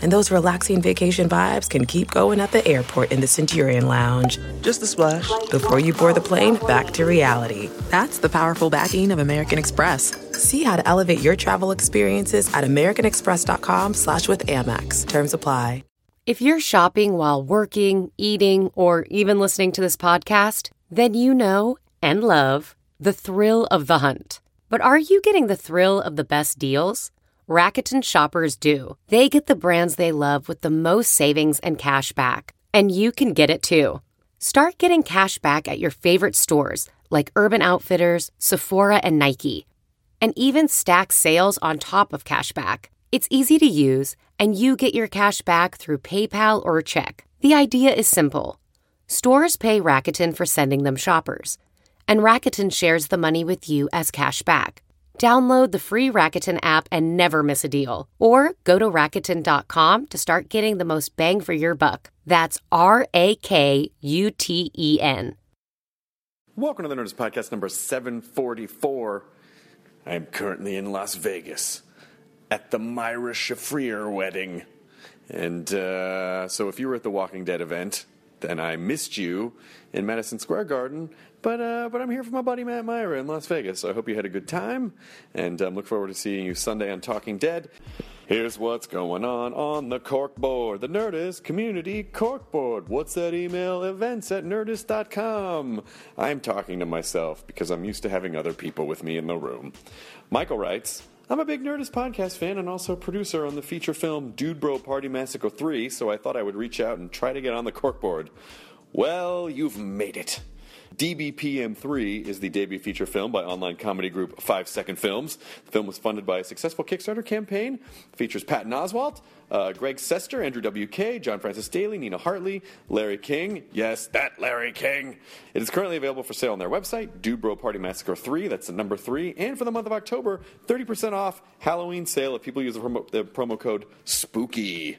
And those relaxing vacation vibes can keep going at the airport in the Centurion Lounge. Just a splash. Before you board the plane, back to reality. That's the powerful backing of American Express. See how to elevate your travel experiences at americanexpress.com slash with Amex. Terms apply. If you're shopping while working, eating, or even listening to this podcast, then you know and love the thrill of the hunt. But are you getting the thrill of the best deals? Rakuten shoppers do. They get the brands they love with the most savings and cash back. And you can get it too. Start getting cash back at your favorite stores like Urban Outfitters, Sephora, and Nike and even stack sales on top of cashback. It's easy to use, and you get your cash back through PayPal or check. The idea is simple. Stores pay Rakuten for sending them shoppers, and Rakuten shares the money with you as cash back. Download the free Rakuten app and never miss a deal. Or go to Rakuten.com to start getting the most bang for your buck. That's R A K U T E N. Welcome to the Nerdist Podcast number 744. I am currently in Las Vegas at the Myra Shafrir wedding. And uh, so if you were at the Walking Dead event, then I missed you in Madison Square Garden. But, uh, but I'm here for my buddy Matt Myra in Las Vegas. So I hope you had a good time and um, look forward to seeing you Sunday on Talking Dead. Here's what's going on on the corkboard, the Nerdist Community Corkboard. What's that email? Events at nerdist.com. I'm talking to myself because I'm used to having other people with me in the room. Michael writes, I'm a big Nerdist podcast fan and also producer on the feature film Dude Bro Party Massacre 3, so I thought I would reach out and try to get on the corkboard. Well, you've made it. DBPM3 is the debut feature film by online comedy group Five Second Films. The film was funded by a successful Kickstarter campaign. features Patton Oswalt, uh, Greg Sester, Andrew W.K., John Francis Daly, Nina Hartley, Larry King. Yes, that Larry King. It is currently available for sale on their website, Do Bro Party Massacre 3. That's the number 3. And for the month of October, 30% off Halloween sale if people use the promo, the promo code SPOOKY.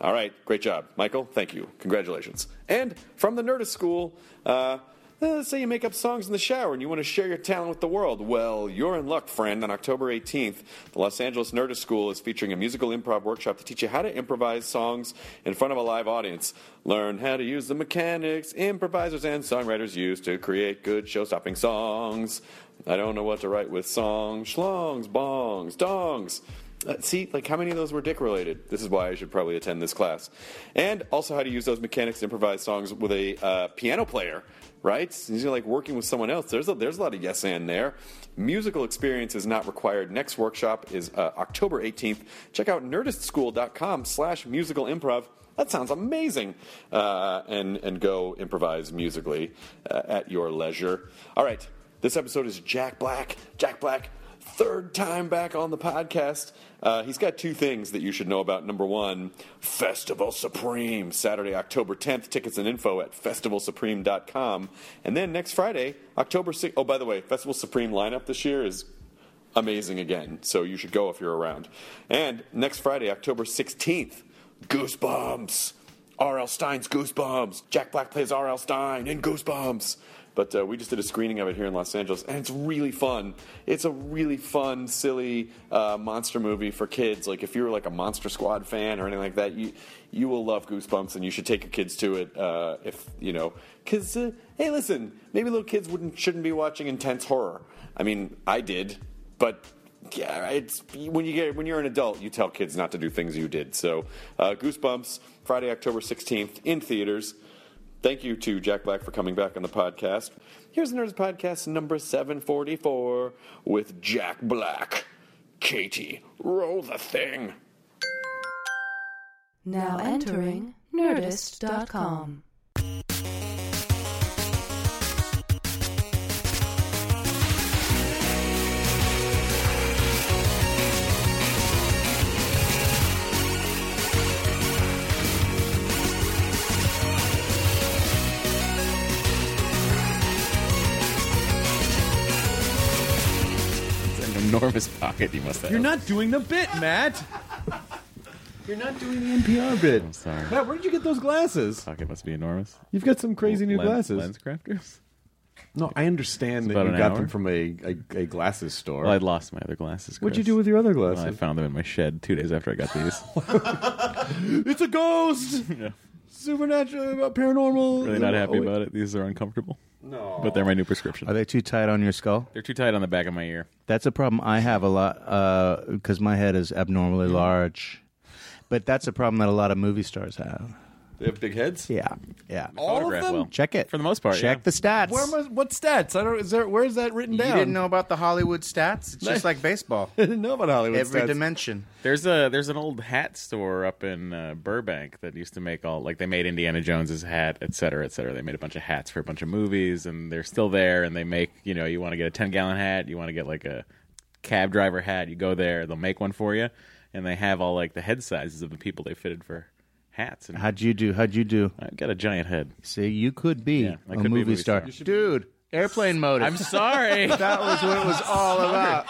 All right, great job, Michael. Thank you. Congratulations. And from the Nerdist School, uh, eh, let's say you make up songs in the shower and you want to share your talent with the world. Well, you're in luck, friend. On October 18th, the Los Angeles Nerdist School is featuring a musical improv workshop to teach you how to improvise songs in front of a live audience. Learn how to use the mechanics improvisers and songwriters use to create good show-stopping songs. I don't know what to write with songs, schlongs, bongs, dongs. Uh, see, like how many of those were dick related? This is why I should probably attend this class. And also how to use those mechanics to improvise songs with a uh, piano player, right? Since you're like working with someone else, there's a, there's a lot of yes and there. Musical experience is not required. Next workshop is uh, October 18th. Check out nerdistschool.com slash musical improv. That sounds amazing. Uh, and, and go improvise musically uh, at your leisure. All right, this episode is Jack Black. Jack Black, third time back on the podcast. Uh, he's got two things that you should know about. Number one, Festival Supreme, Saturday, October 10th. Tickets and info at festivalsupreme.com. And then next Friday, October 6th. Oh, by the way, Festival Supreme lineup this year is amazing again. So you should go if you're around. And next Friday, October 16th, Goosebumps. R.L. Stein's Goosebumps. Jack Black plays R.L. Stein in Goosebumps. But uh, we just did a screening of it here in Los Angeles, and it's really fun. It's a really fun, silly uh, monster movie for kids. Like if you're like a Monster Squad fan or anything like that, you you will love Goosebumps, and you should take your kids to it. Uh, if you know, because uh, hey, listen, maybe little kids wouldn't shouldn't be watching intense horror. I mean, I did, but yeah, it's when you get when you're an adult, you tell kids not to do things you did. So, uh, Goosebumps, Friday, October sixteenth, in theaters. Thank you to Jack Black for coming back on the podcast. Here's Nerds Podcast number seven forty four with Jack Black. Katie, roll the thing. Now entering Nerdist.com. It's an enormous pocket you must have. You're not doing the bit, Matt. You're not doing the NPR bit. I'm sorry. Matt, where did you get those glasses? Pocket must be enormous. You've got some crazy new Lens- glasses. Lens crafters? No, I understand that about you an got hour. them from a, a, a glasses store. Well, I'd lost my other glasses. What'd you Chris. do with your other glasses? Well, I found them in my shed two days after I got these. it's a ghost! Yeah. Supernatural, about paranormal. Oh, really not happy about it. These are uncomfortable. No. But they're my new prescription. Are they too tight on your skull? They're too tight on the back of my ear. That's a problem I have a lot because my head is abnormally large. But that's a problem that a lot of movie stars have. They have big heads? Yeah, yeah. All of Photograph them? well. Check it For the most part, Check yeah. the stats. Where am I, what stats? I don't. Is there? Where is that written you down? didn't know about the Hollywood stats? It's just like baseball. I didn't know about Hollywood Every stats. dimension. There's a there's an old hat store up in uh, Burbank that used to make all like they made Indiana Jones's hat, et cetera, et cetera. They made a bunch of hats for a bunch of movies, and they're still there. And they make you know you want to get a ten gallon hat, you want to get like a cab driver hat. You go there, they'll make one for you, and they have all like the head sizes of the people they fitted for hats. And How'd you do? How'd you do? I've got a giant head. See, you could be Yeah, I a could be movie, star, dude. Airplane mode. I'm sorry. that was what it was all about.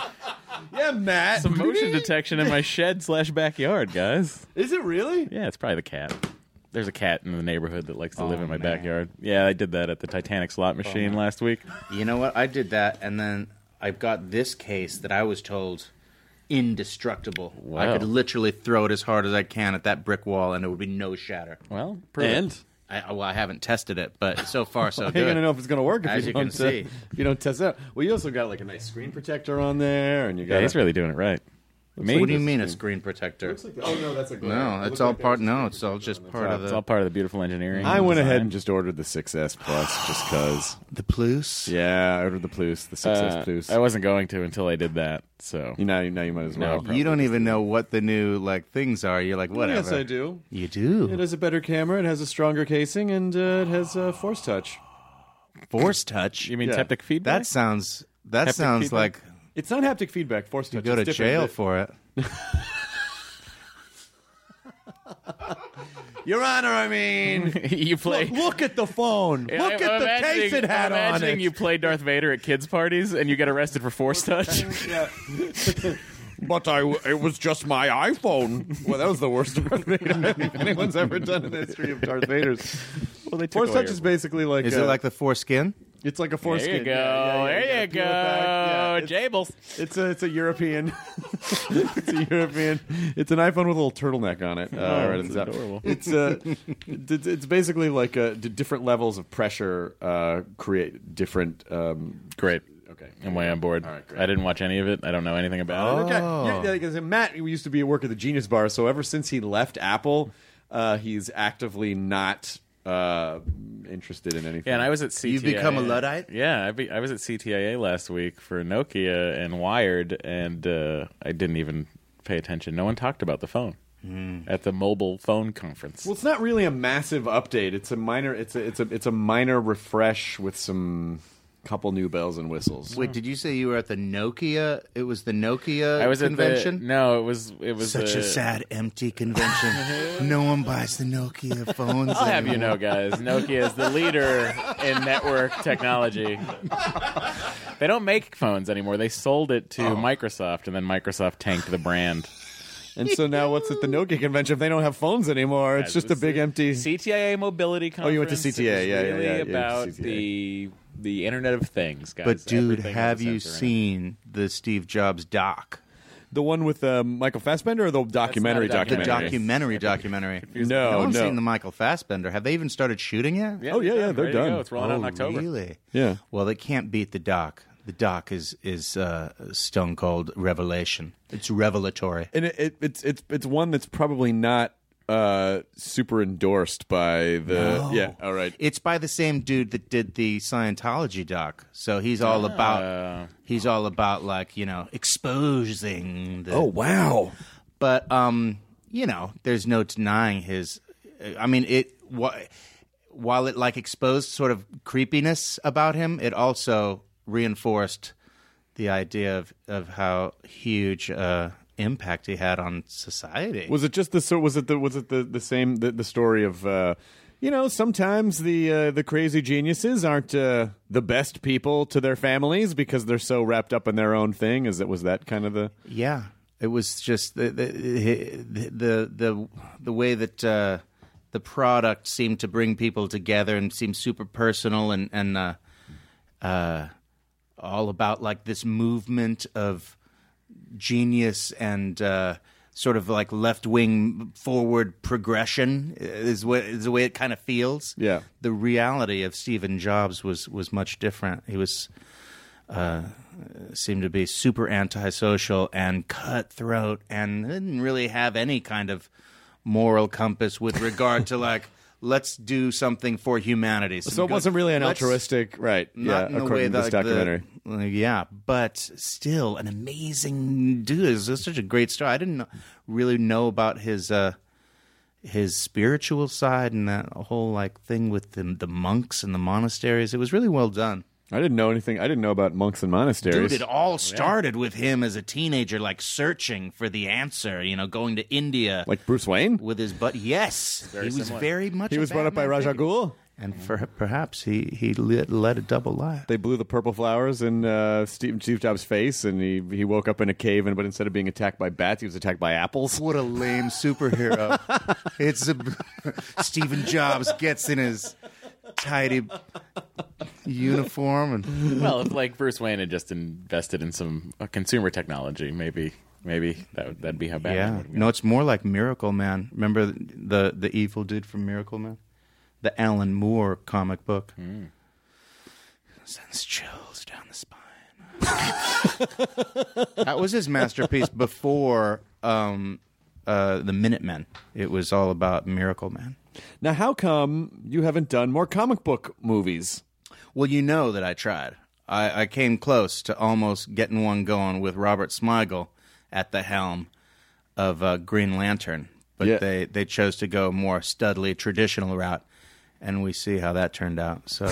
Yeah, Matt. Some motion detection in my shed slash backyard, guys. Is it really? Yeah, it's probably the cat. There's a cat in the neighborhood that likes to Oh, live in my backyard. Yeah, I did that at the Titanic slot machine last week. You know what? I did that, and then I got this case that I was told indestructible. I Wow. could literally throw it as hard as I can at that brick wall, and it would be no shatter. Well, And I, well, I haven't tested it, but so far so How you good. gonna know if it's gonna work if As you, you don't can see. uh, if you don't test it out? Well, you also got like a nice screen protector on there, and you got. Yeah, a- he's really doing it right. Me? what do you mean a screen protector? Looks like the- oh no, that's a. glare. No, It it's looks all like that part. was- No, it's all just part of Uh, It's all the part of the beautiful engineering. I went ahead and design. just ordered the 6S Plus just because. the plus. Yeah, I ordered the Plus, the 6S Uh, Plus. I wasn't going to until I did that. So You know, now you might as No, well. probably. You don't even know what the new like things are. You're like whatever. Yes, I do. You It do. has a better camera. It has a stronger casing, and uh, it has uh, force touch. Force touch. you mean Yeah. teptic feedback? That sounds. That Haptic sounds feedback? like It's not haptic feedback. Force you touch. go to It's different. jail for it. Your Honor. I mean, you play. look, look at the phone. Yeah, look I'm at the imagining- case it had I'm on imagining it. you play Darth Vader at kids' parties and you get arrested for force touch. But I, it was just my iPhone. Well, that was the worst Darth Vader I think anyone's ever done in the history of Darth Vader's. well, they took Force away touch your- is basically like Is a- it like the foreskin? it's like a There foreskin. you go. Yeah, yeah, yeah, there you gotta peel it back. Yeah, go. it's- Jables. It's a it's a European. it's a European. It's an iPhone with a little turtleneck on it. Uh, Oh, right it's at the top. adorable. It's uh, it's, it's basically like uh, d- different levels of pressure uh, create different. Um, Great. okay. I'm way on board. All right, great. I didn't watch any of it. I don't know anything about Okay. it. Oh. Yeah, yeah, because Matt used to be at work at the Genius Bar, so ever since he left Apple, uh, he's actively not uh, interested in anything. Yeah, and I was at CTIA. You've become a Luddite? Yeah, I, be, I was at CTIA last week for Nokia and Wired, and uh, I didn't even pay attention. No one talked about the phone Hmm. at the mobile phone conference. Well, it's not really a massive update. It's a minor. It's a it's a it's a minor refresh with some couple new bells and whistles. Wait, did you say you were at the Nokia? It was the Nokia I was at the convention. no, it was it was Such uh, a sad, empty convention. no one buys the Nokia phones. I'll have you know, guys, Nokia is the leader in network technology. They don't make phones anymore. They sold it Oh. to Microsoft, and then Microsoft tanked the brand. And so now, what's at the Nokia convention? If they don't have phones anymore, it's Yeah, just a it was big the empty. CTIA mobility conference. Oh, you went to It CTA, was yeah, yeah, really yeah, yeah, about CTA. the the Internet of Things, guys. But dude, Everything has a have you sensor in it. seen the Steve Jobs doc? The one with um, Michael Fassbender or the documentary not a The documentary? documentary. documentary, documentary. No, no one's no. seen the Michael Fassbender. Have they even started shooting yet? Oh, Yeah, Oh, yeah, they're yeah, done. they're Ready to go. done. Oh, It's rolling out in October. Really? Yeah. Well, they can't beat the doc. The doc is is uh, stone cold revelation. It's revelatory. and it, it, it's it's it's one that's probably not uh, super endorsed by the. Yeah. All right. It's by the same dude that did the Scientology doc. So he's all about he's all about like, you know, exposing the Oh. wow. but um, you know, there's no denying his I mean, it wh- while it like exposed sort of creepiness about him, it also reinforced the idea of of how huge uh impact he had on society. Was it just the so? Was it the was it the the same the, the story of? Uh, you know, sometimes the uh, the crazy geniuses aren't uh, the best people to their families because they're so wrapped up in their own thing. Is it was that kind of the Yeah. It was just the the the the, the, the way that uh, the product seemed to bring people together and seemed super personal and and uh, uh, all about like this movement of genius and uh, sort of like left wing forward progression is what is the way it kind of feels. Yeah. the reality of Stephen Jobs was was much different. He was uh, seemed to be super antisocial and cutthroat, and didn't really have any kind of moral compass with regard to like. Let's do something for humanity. So it wasn't really an Let's- altruistic, right? not yeah, in the according way to that this like, the- documentary. uh, yeah, but still an amazing dude. This is such a great story. I didn't know- really know about his uh, his spiritual side and that whole like thing with the the monks and the monasteries. It was really well done. I didn't know anything. I didn't know about monks and monasteries. Dude, it all started with him as a teenager, like searching for the answer. You know, going to India like Bruce Wayne, with his butt. Yes, he was very much. he a was brought up by Batman Raja figure. Ghul. and for, perhaps he he led, led a double life. They blew the purple flowers in uh, Steve, Steve Jobs' face, and he he woke up in a cave. And but instead of being attacked by bats, he was attacked by apples. What a lame superhero. it's a Stephen Jobs gets in his tidy uniform and well, if like Bruce Wayne had just invested in some uh, consumer technology, maybe maybe that would that'd be how bad. yeah. No, it's more like Miracle Man. Remember the the evil dude from Miracle Man? The Alan Moore comic book. Sends chills down the spine. that was his masterpiece before um, uh, the Minutemen. It was all about Miracle Man. Now, how come you haven't done more comic book movies? Well, you know that I tried. I, I came close to almost getting one going with Robert Smigel at the helm of uh, Green Lantern, but Yeah. they, they chose to go more studly traditional route, and we see how that turned out. So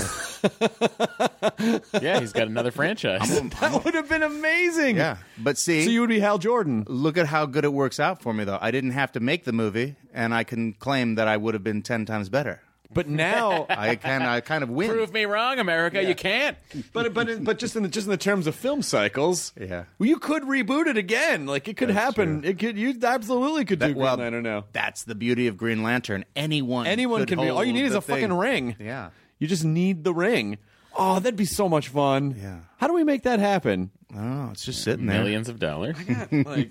Yeah, he's got another franchise. That would have been amazing. yeah, but see, So you would be Hal Jordan. look at how good it works out for me though. I didn't have to make the movie, and I can claim that I would have been ten times better. But now, I can I kind of win. Prove me wrong, America. You can't. but but in, but just in the, just in the terms of film cycles, Yeah. well, you could reboot it again. Like it could happen. It could. You absolutely could do That- Green Lantern now. That's the beauty of Green Lantern. Anyone, Anyone could can be. All you hold need is the a fucking thing. ring. Yeah. You just need the ring. Oh, that'd be so much fun. Yeah. How do we make that happen? I don't know. Oh, It's just sitting there. Millions of dollars. Like,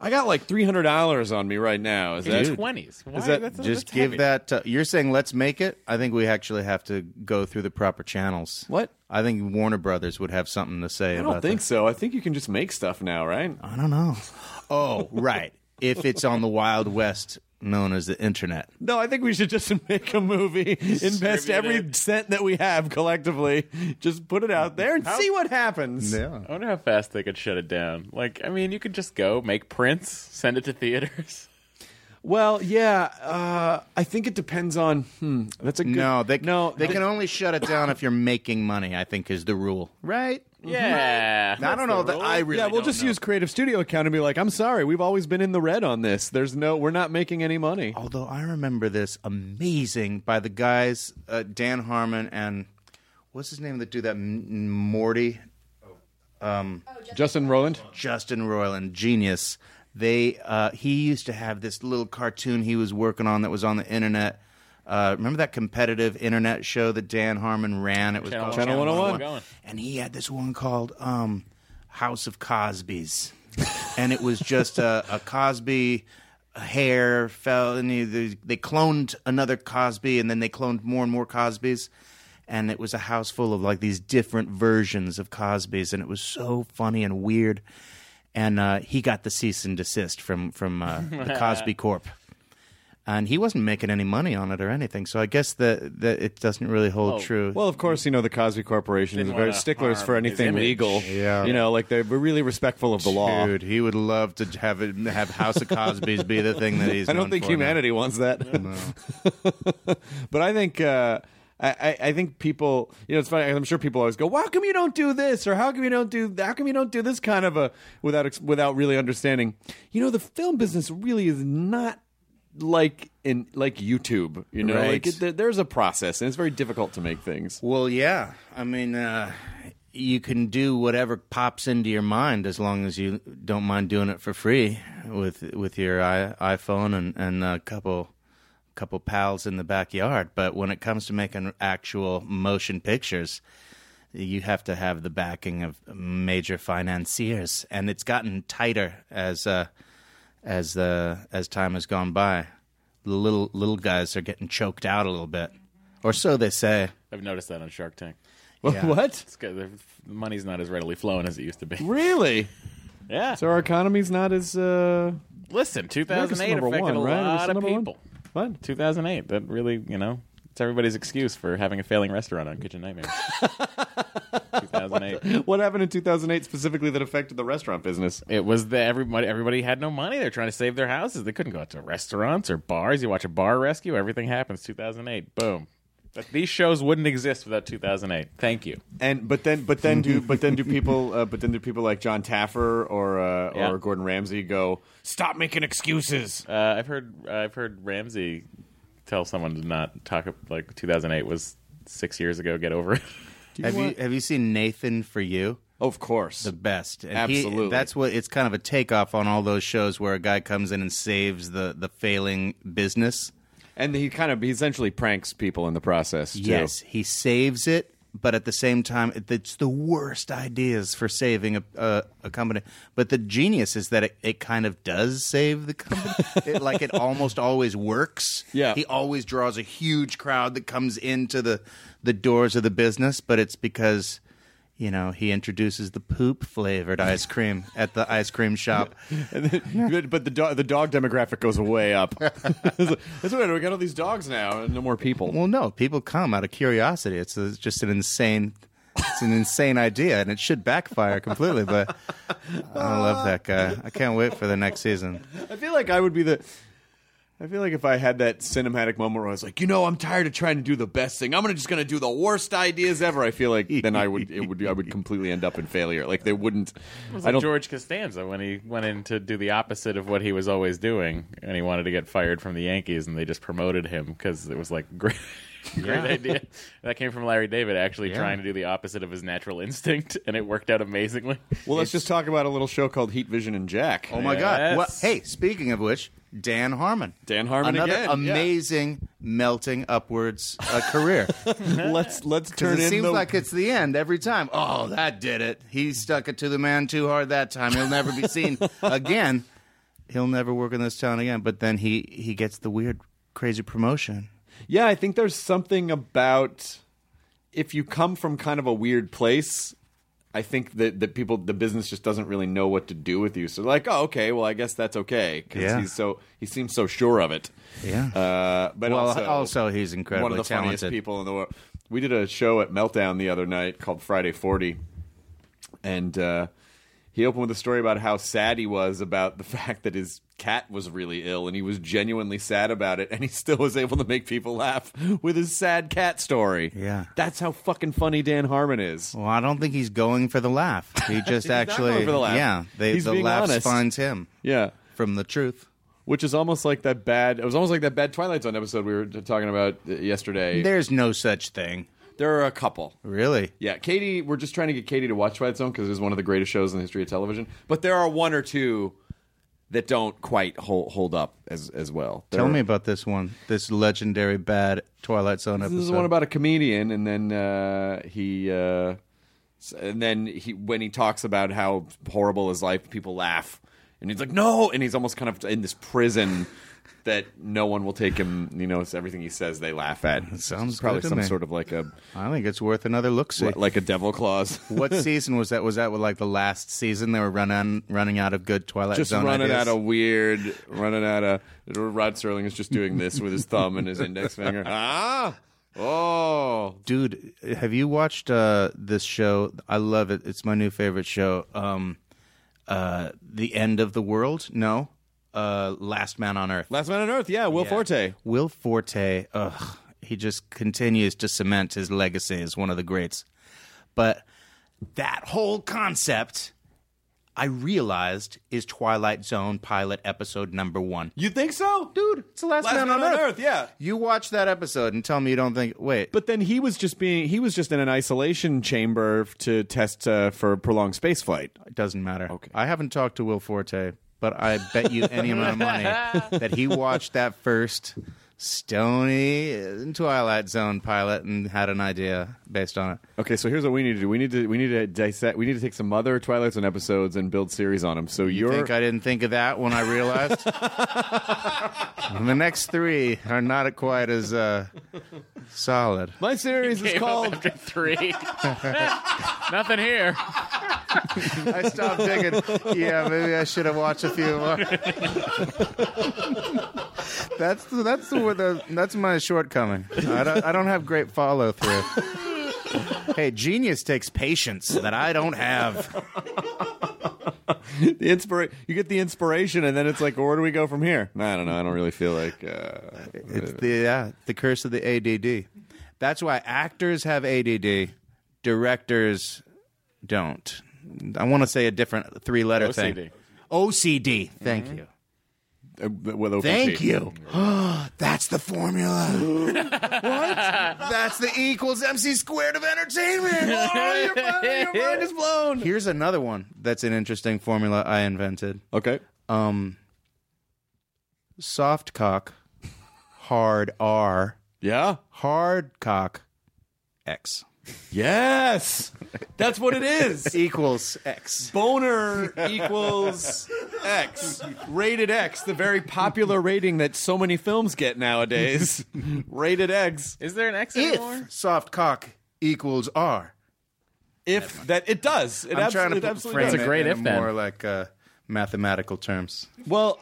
I got like three hundred dollars on me right now. Is that In twenties. Is that Just give that. Uh, you're saying let's make it. I think we actually have to go through the proper channels. What? I think Warner Brothers would have something to say I about don't think so. I think you can just make stuff now, right? that. I don't know. Oh, right. if it's on the Wild West, known as the internet. No, I think we should just make a movie, invest every cent that we have collectively, just put it out there and see what happens. I wonder how fast they could shut it down. Like, I mean, you could just go make prints, send it to theaters. Well, yeah, uh, I think it depends on. Hmm, that's a good, No, they no, They can only shut it down if you're making money. I think is the rule, right? Yeah. I don't know. That I really yeah, we'll don't just know. use Creative Studio account and be like, I'm sorry, we've always been in the red on this. There's no, we're not making any money. Although I remember this amazing by the guys uh, Dan Harmon and what's his name that do that M- Morty Justin Roland. Justin Roiland, genius. They uh, he used to have this little cartoon he was working on that was on the internet. Uh, remember that competitive internet show that Dan Harmon ran? It was Channel called Channel 101. and he had this one called um, House of Cosby's, and it was just a, a Cosby hair fell, and he, they, they cloned another Cosby, and then they cloned more and more Cosbys, and it was a house full of like these different versions of Cosbys, and it was so funny and weird, and uh, he got the cease and desist from from uh, the Cosby Corp. And he wasn't making any money on it or anything, so I guess that that it doesn't really hold true. Well, of course, you know the Cosby Corporation is Didn't very wanna sticklers harm for his anything image. legal. Yeah, you know, like they're really respectful of the law. Dude, he would love to have it, have House of Cosby's be the thing that he's. I don't known think for now. humanity wants that. but I think uh, I, I I think people, you know, it's funny. I'm sure people always go, well, "How come you don't do this?" or "How come you don't do? How come you don't do this?" Kind of a without ex- without really understanding. You know, the film business really is not like in like YouTube. You know, Right. like it, there, there's a process, and it's very difficult to make things. Well, yeah. I mean, uh, you can do whatever pops into your mind as long as you don't mind doing it for free with with your I, iPhone and and a couple couple pals in the backyard. But when it comes to making actual motion pictures, you have to have the backing of major financiers, and it's gotten tighter as uh, as the as time has gone by. The little little guys are getting choked out a little bit, or so they say. I've noticed that on Shark Tank. What? It's good. The money's not as readily flowing as it used to be. Really? Yeah. So our economy's not as. Uh, Listen, America's 2008 number affected one, a right? It was lot of number one? people. What? 2008. That really, you know, it's everybody's excuse for having a failing restaurant on Kitchen Nightmares. 2008. What happened in 2008 specifically that affected the restaurant business? It was the everybody. Everybody had no money. They're trying to save their houses. They couldn't go out to restaurants or bars. You watch a bar rescue. Everything happens. 2008. Boom. But these shows wouldn't exist without 2008. Thank you. And but then but then do but then do people uh, but then do people like John Taffer or uh, Yeah. or Gordon Ramsay go stop making excuses? Uh, I've heard I've heard Ramsey tell someone to not talk like 2008 was six years ago. Get over it. Have you have you seen Nathan for you? Of course. The best, And he- Absolutely. that's what it's kind of a takeoff on all those shows where a guy comes in and saves the the failing business. and he kind of he essentially pranks people in the process. Too. Yes, he saves it, but at the same time, it- it's the worst ideas for saving a, a, a company. But the genius is that it, it kind of does save the company. it, like it almost always works. Yeah. he always draws a huge crowd that comes into the the doors of the business, but it's because. You know, he introduces the poop flavored ice cream at the ice cream shop. And then, but- but the dog the dog demographic goes way up. It's like, That's weird. We got all these dogs now, and no more people. Well, no, people come out of curiosity. It's, it's just an insane, it's an insane idea, and it should backfire completely. But I love that guy. I can't wait for the next season. I feel like I would be the. I feel like if I had that cinematic moment where I was like, you know, I'm tired of trying to do the best thing. I'm gonna just gonna do the worst ideas ever. I feel like then I would it would I would completely end up in failure. Like they wouldn't. I don't. George Costanza when he went in to do the opposite of what he was always doing, and he wanted to get fired from the Yankees, and they just promoted him because it was like great. Great idea. That came from Larry David actually trying to do the opposite of his natural instinct, and it worked out amazingly. Well, let's just talk about a little show called Heat Vision and Jack. Oh my God! Yes. Well, hey, speaking of which, Dan Harmon, Dan Harmon another again, yeah. amazing melting upwards uh, career. let's let's turn Because it in seems the like it's the end every time. Oh, that did it. He stuck it to the man too hard that time. He'll never be seen again. He'll never work in this town again. But then he he gets the weird, crazy promotion. Yeah, I think there's something about if you come from kind of a weird place, I think that that people the business just doesn't really know what to do with you. So like, oh, okay, well, I guess that's okay because Yeah. he's so he seems so sure of it. Yeah. Uh, but well, also, also, he's incredibly one of the talented. funniest people in the world. We did a show at Meltdown the other night called Friday Forty, and uh, he opened with a story about how sad he was about the fact that his cat was really ill, and he was genuinely sad about it, and he still was able to make people laugh with his sad cat story. Yeah. that's how fucking funny Dan Harmon is. Well, I don't think he's going for the laugh. He just not actually, going for the laugh. yeah, they, He's the being laugh honest. finds him Yeah, from the truth. which is almost like that bad. It was almost like that bad Twilight Zone episode we were talking about uh, yesterday. There's no such thing, there are a couple. really. Yeah, Katie, we're just trying to get Katie to watch Twilight Zone because it is one of the greatest shows in the history of television. But there are one or two that don't quite hold, hold up as as well. There Tell are- me about this one, this legendary bad Twilight Zone episode. This is one about a comedian, and then uh, he, uh, s- and then he when he talks about how horrible his life, people laugh, and he's like, "No," and he's almost kind of in this prison that no one will take him. You know, it's everything he says they laugh at. It sounds it's probably good to some me. sort of like a I think it's worth another look. See, like a devil clause. what season was that? Was that with like the last season they were running running out of good Twilight just Zone running ideas? out of weird, running out of. Rod Serling is just doing this with his thumb and his index finger. Ah, oh, Dude, have you watched uh, this show? I love it. It's my new favorite show. Um, uh, the End of the World? No. Uh, Last Man on Earth. Last Man on Earth. Yeah, Will Forte. Will Forte, ugh, he just continues to cement his legacy as one of the greats. But that whole concept, I realized is Twilight Zone pilot episode number one. You think so, Dude, it's the last, Last man, Man on, on earth. Earth, yeah. You watch that episode and tell me you don't think. Wait, But then he was just being he was just in an isolation chamber to test uh, for prolonged space flight. It doesn't matter. Okay. I haven't talked to Will Forte, but I bet you any amount of money that he watched that first Stony and Twilight Zone pilot and had an idea based on it. Okay, so here's what we need to do. We need to we need to dissect. We need to take some other Twilight Zone episodes and build series on them. So You are think I didn't think of that when I realized? the next three are not quite as uh, solid. my series is called three. Nothing here. I stopped thinking, yeah, maybe I should have watched a few more. that's the, that's the, the that's my shortcoming. I don't I don't have great follow through. Hey, genius takes patience that I don't have. the inspira- You get the inspiration, and then it's like, where do we go from here? I don't know. I don't really feel like. Uh, It's the yeah, the curse of the ADD. That's why actors have ADD, directors don't. I want to say a different three letter thing. OCD. OCD. Thank you. uh, with OPG. Thank you. That's the formula. what? That's the E equals MC squared of entertainment. Oh, your mind- your mind is blown. Here's another one that's an interesting formula I invented. Okay. Um, soft cock, hard R, Yeah. hard cock, X Yes. That's what it is. equals X. Boner equals X. Rated X, the very popular rating that so many films get nowadays. Rated X. Is there an X anymore? If soft cock equals R, If that it does. It I'm abso- trying it to absolutely frame does. It's a great it if in then. more like uh, mathematical terms. Well,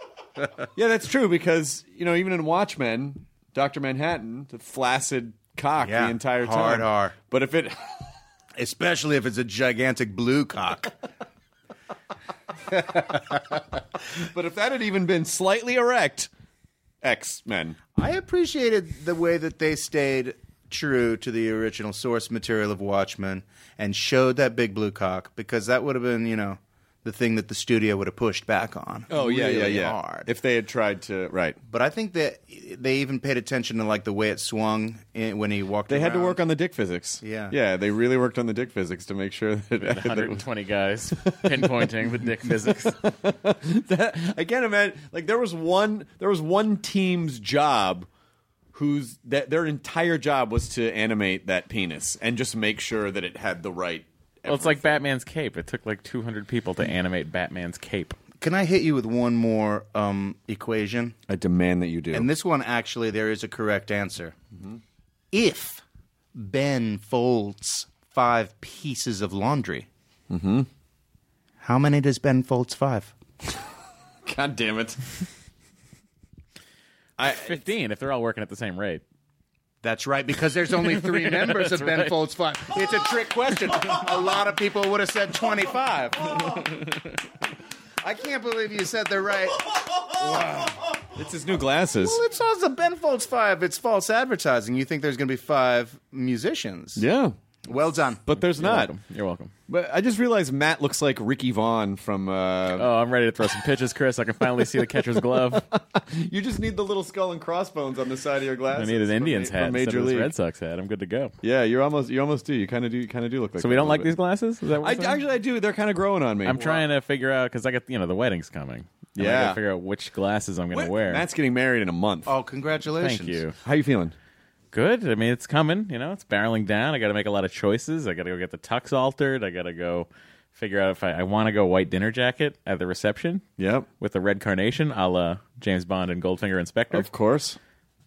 yeah, that's true because you know even in Watchmen, Doctor Manhattan, the flaccid cock Yeah, the entire hard time. R. But if it, especially if it's a gigantic blue cock. but if that had even been slightly erect, X Men. I appreciated the way that they stayed true to the original source material of Watchmen and showed that big blue cock because that would have been, you know, the thing that the studio would have pushed back on. Oh yeah, really yeah, yeah. Hard. If they had tried to right, but I think that they even paid attention to like the way it swung in, when he walked. they had to around. work on the dick physics. Yeah. yeah, they really worked on the dick physics to make sure that. It, that it was- 120 guys pinpointing the dick physics. I can't imagine. Like there was one, there was one team's job whose that their entire job was to animate that penis and just make sure that it had the right. Well, it's like Batman's cape. It took like 200 people to animate Batman's cape. Can I hit you with one more um, equation? I demand that you do. And this one, actually, there is a correct answer. If Ben folds five pieces of laundry, Mm-hmm. how many does Ben folds five? God damn it! 15 if they're all working at the same rate. That's right, because there's only three members of Ben Folds Five. It's a trick question. a lot of people would have said 25. I can't believe you said the right. It's his new glasses. Well, it's also Ben Folds Five. It's false advertising. You think there's going to be five musicians. Yeah, Well done. but there's You're not. welcome. You're welcome. But I just realized Matt looks like Ricky Vaughn from. Uh, Oh, I'm ready to throw some pitches, Chris. I can finally see the catcher's glove. You just need the little skull and crossbones on the side of your I glasses. need an from Indians ma- hat from instead Major of this League. Red Sox hat. I'm good to go. Yeah, you're almost. You almost do. You kind of do. You kind of do look like. So that we a don't little like bit. these glasses? Is that I, what you're saying? actually, I do. They're kind of growing on me. I'm trying to figure out because I got you know the wedding's coming. And I Yeah. got to figure out which glasses I'm going to wear. Matt's getting married in a month. Oh, congratulations. Thank you. How you feeling? Good. I mean, it's coming. You know, it's barreling down. I got to make a lot of choices. I got to go get the tux altered. I got to go figure out if I, I want to go white dinner jacket at the reception Yep. with the red carnation, a la James Bond and Goldfinger Inspector. Of course.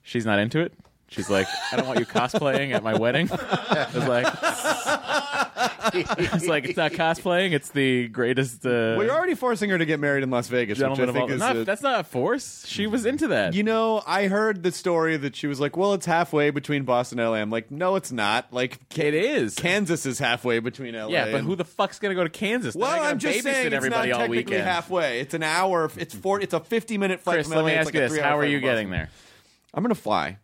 She's not into it. She's like, I don't want you cosplaying at my wedding. I was like, it's like it's not cosplaying. It's the greatest. Uh, Well, you're already forcing her to get married in Las Vegas, gentleman which of I all. think is Not- a- that's not a force. She was into that. you know, I heard the story that she was like, "Well, it's halfway between Boston and LA." I'm like, "No, it's not. Like, it is. Kansas is halfway between LA." yeah, but and- who the fuck's gonna go to Kansas? Then I Well, gotta I'm just babysit saying it's not everybody all technically weekend. halfway. It's an hour. It's four. It's a 50 minute flight Chris, from let LA. me It's ask like you a this: three-hour How are flight you from Boston. getting there? I'm gonna fly.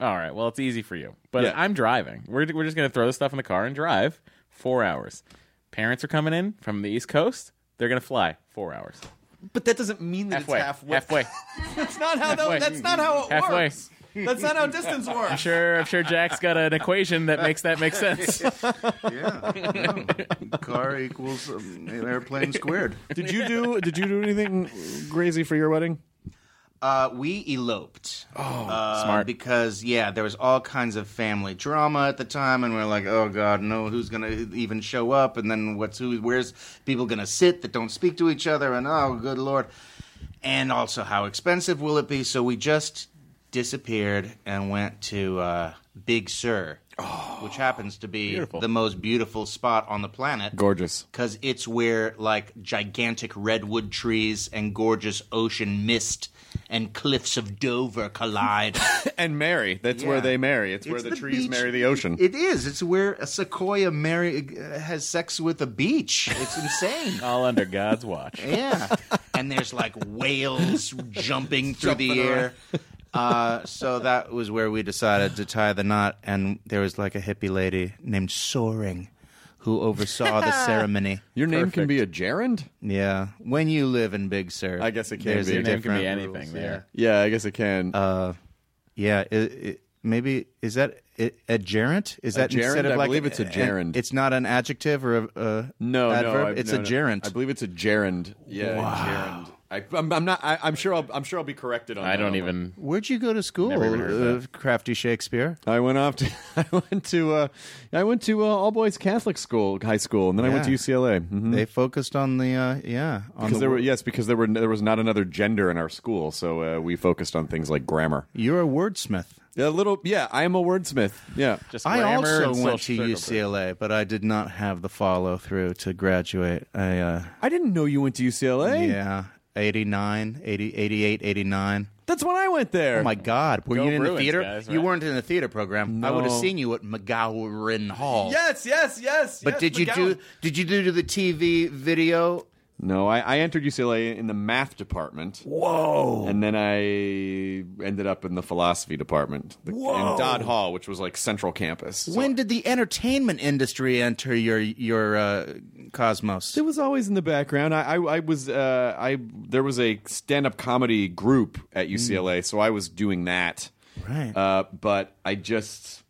All right. Well, it's easy for you, but Yeah. I'm driving. We're we're just gonna throw this stuff in the car and drive four hours. Parents are coming in from the East Coast. They're gonna fly four hours. But that doesn't mean that Halfway. it's halfway. Halfway. that's not how Halfway. that, that's not how it Halfway. works. That's not how distance I'm works. sure. I'm sure Jack's got an equation that makes that make sense. Yeah. Car equals um, airplane squared. Did you do Did you do anything crazy for your wedding? Uh, we eloped. Oh, smart. Because yeah, there was all kinds of family drama at the time, and we are like, oh god, no, who's gonna even show up? And then what's who? Where's people gonna sit that don't speak to each other? And oh, good lord! And also, how expensive will it be? So we just disappeared and went to uh, Big Sur, which happens to be the most Oh, beautiful spot on the planet Gorgeous. because it's where like gigantic redwood trees and gorgeous ocean mist and cliffs of Dover collide. And marry. That's Yeah. where they marry. It's, where It's the, the trees beach. marry the ocean. it is. It's where a sequoia marry uh, has sex with a beach. It's insane. All under God's watch. Yeah, and there's like whales jumping through the air. Uh, so that was where we decided to tie the knot, and there was like a hippie lady named Soaring who oversaw the ceremony. your name can be a gerund. Yeah, when you live in Big Sur, I guess it can there's be. a Your name can be different anything rules, there. Yeah, I guess it can. Yeah, yeah. It, it, maybe is that a, a gerund? Is that gerund? instead of I like believe it's a gerund. it's not an adjective or a, a no, adverb. no, I- it's no, a no. gerund. I believe it's a gerund. Yeah, gerund. I, I'm, I'm not. I, I'm sure. I'll, I'm sure I'll be corrected on. I that don't one. even. Where'd you go to school, Never even heard of uh, crafty Shakespeare? I went off to I went to uh, I went to uh, all boys Catholic school, high school, and then I went to Yeah. UCLA. Mhm. They focused on the uh, yeah on Because the there were wo- yes, because there were there was not another gender in our school, so uh, we focused on things like grammar. You're a wordsmith. A little, yeah. I am a wordsmith. Yeah, Just I grammar also and went to social circle. UCLA, but I did not have the follow through to graduate. I uh, I didn't know you went to UCLA. yeah, 89, 80, 88, 89. That's when I went there. Oh my God! Were Go you in Bruins, the theater? guys, You right. weren't in the theater program. I would have No. seen you at McGowan Hall. Yes, yes, yes. yes, But did you McGowan. do? Did you do the TV video? No, I, I entered UCLA in the math department, Whoa! and then I ended up in the philosophy department the, in Dodd Hall, which was like central campus. So when did the entertainment industry enter your your uh, cosmos? It was always in the background. I, I, I was, uh, I there was a stand-up comedy group at UCLA, so I was doing that. Mm. Right. Uh, but I just,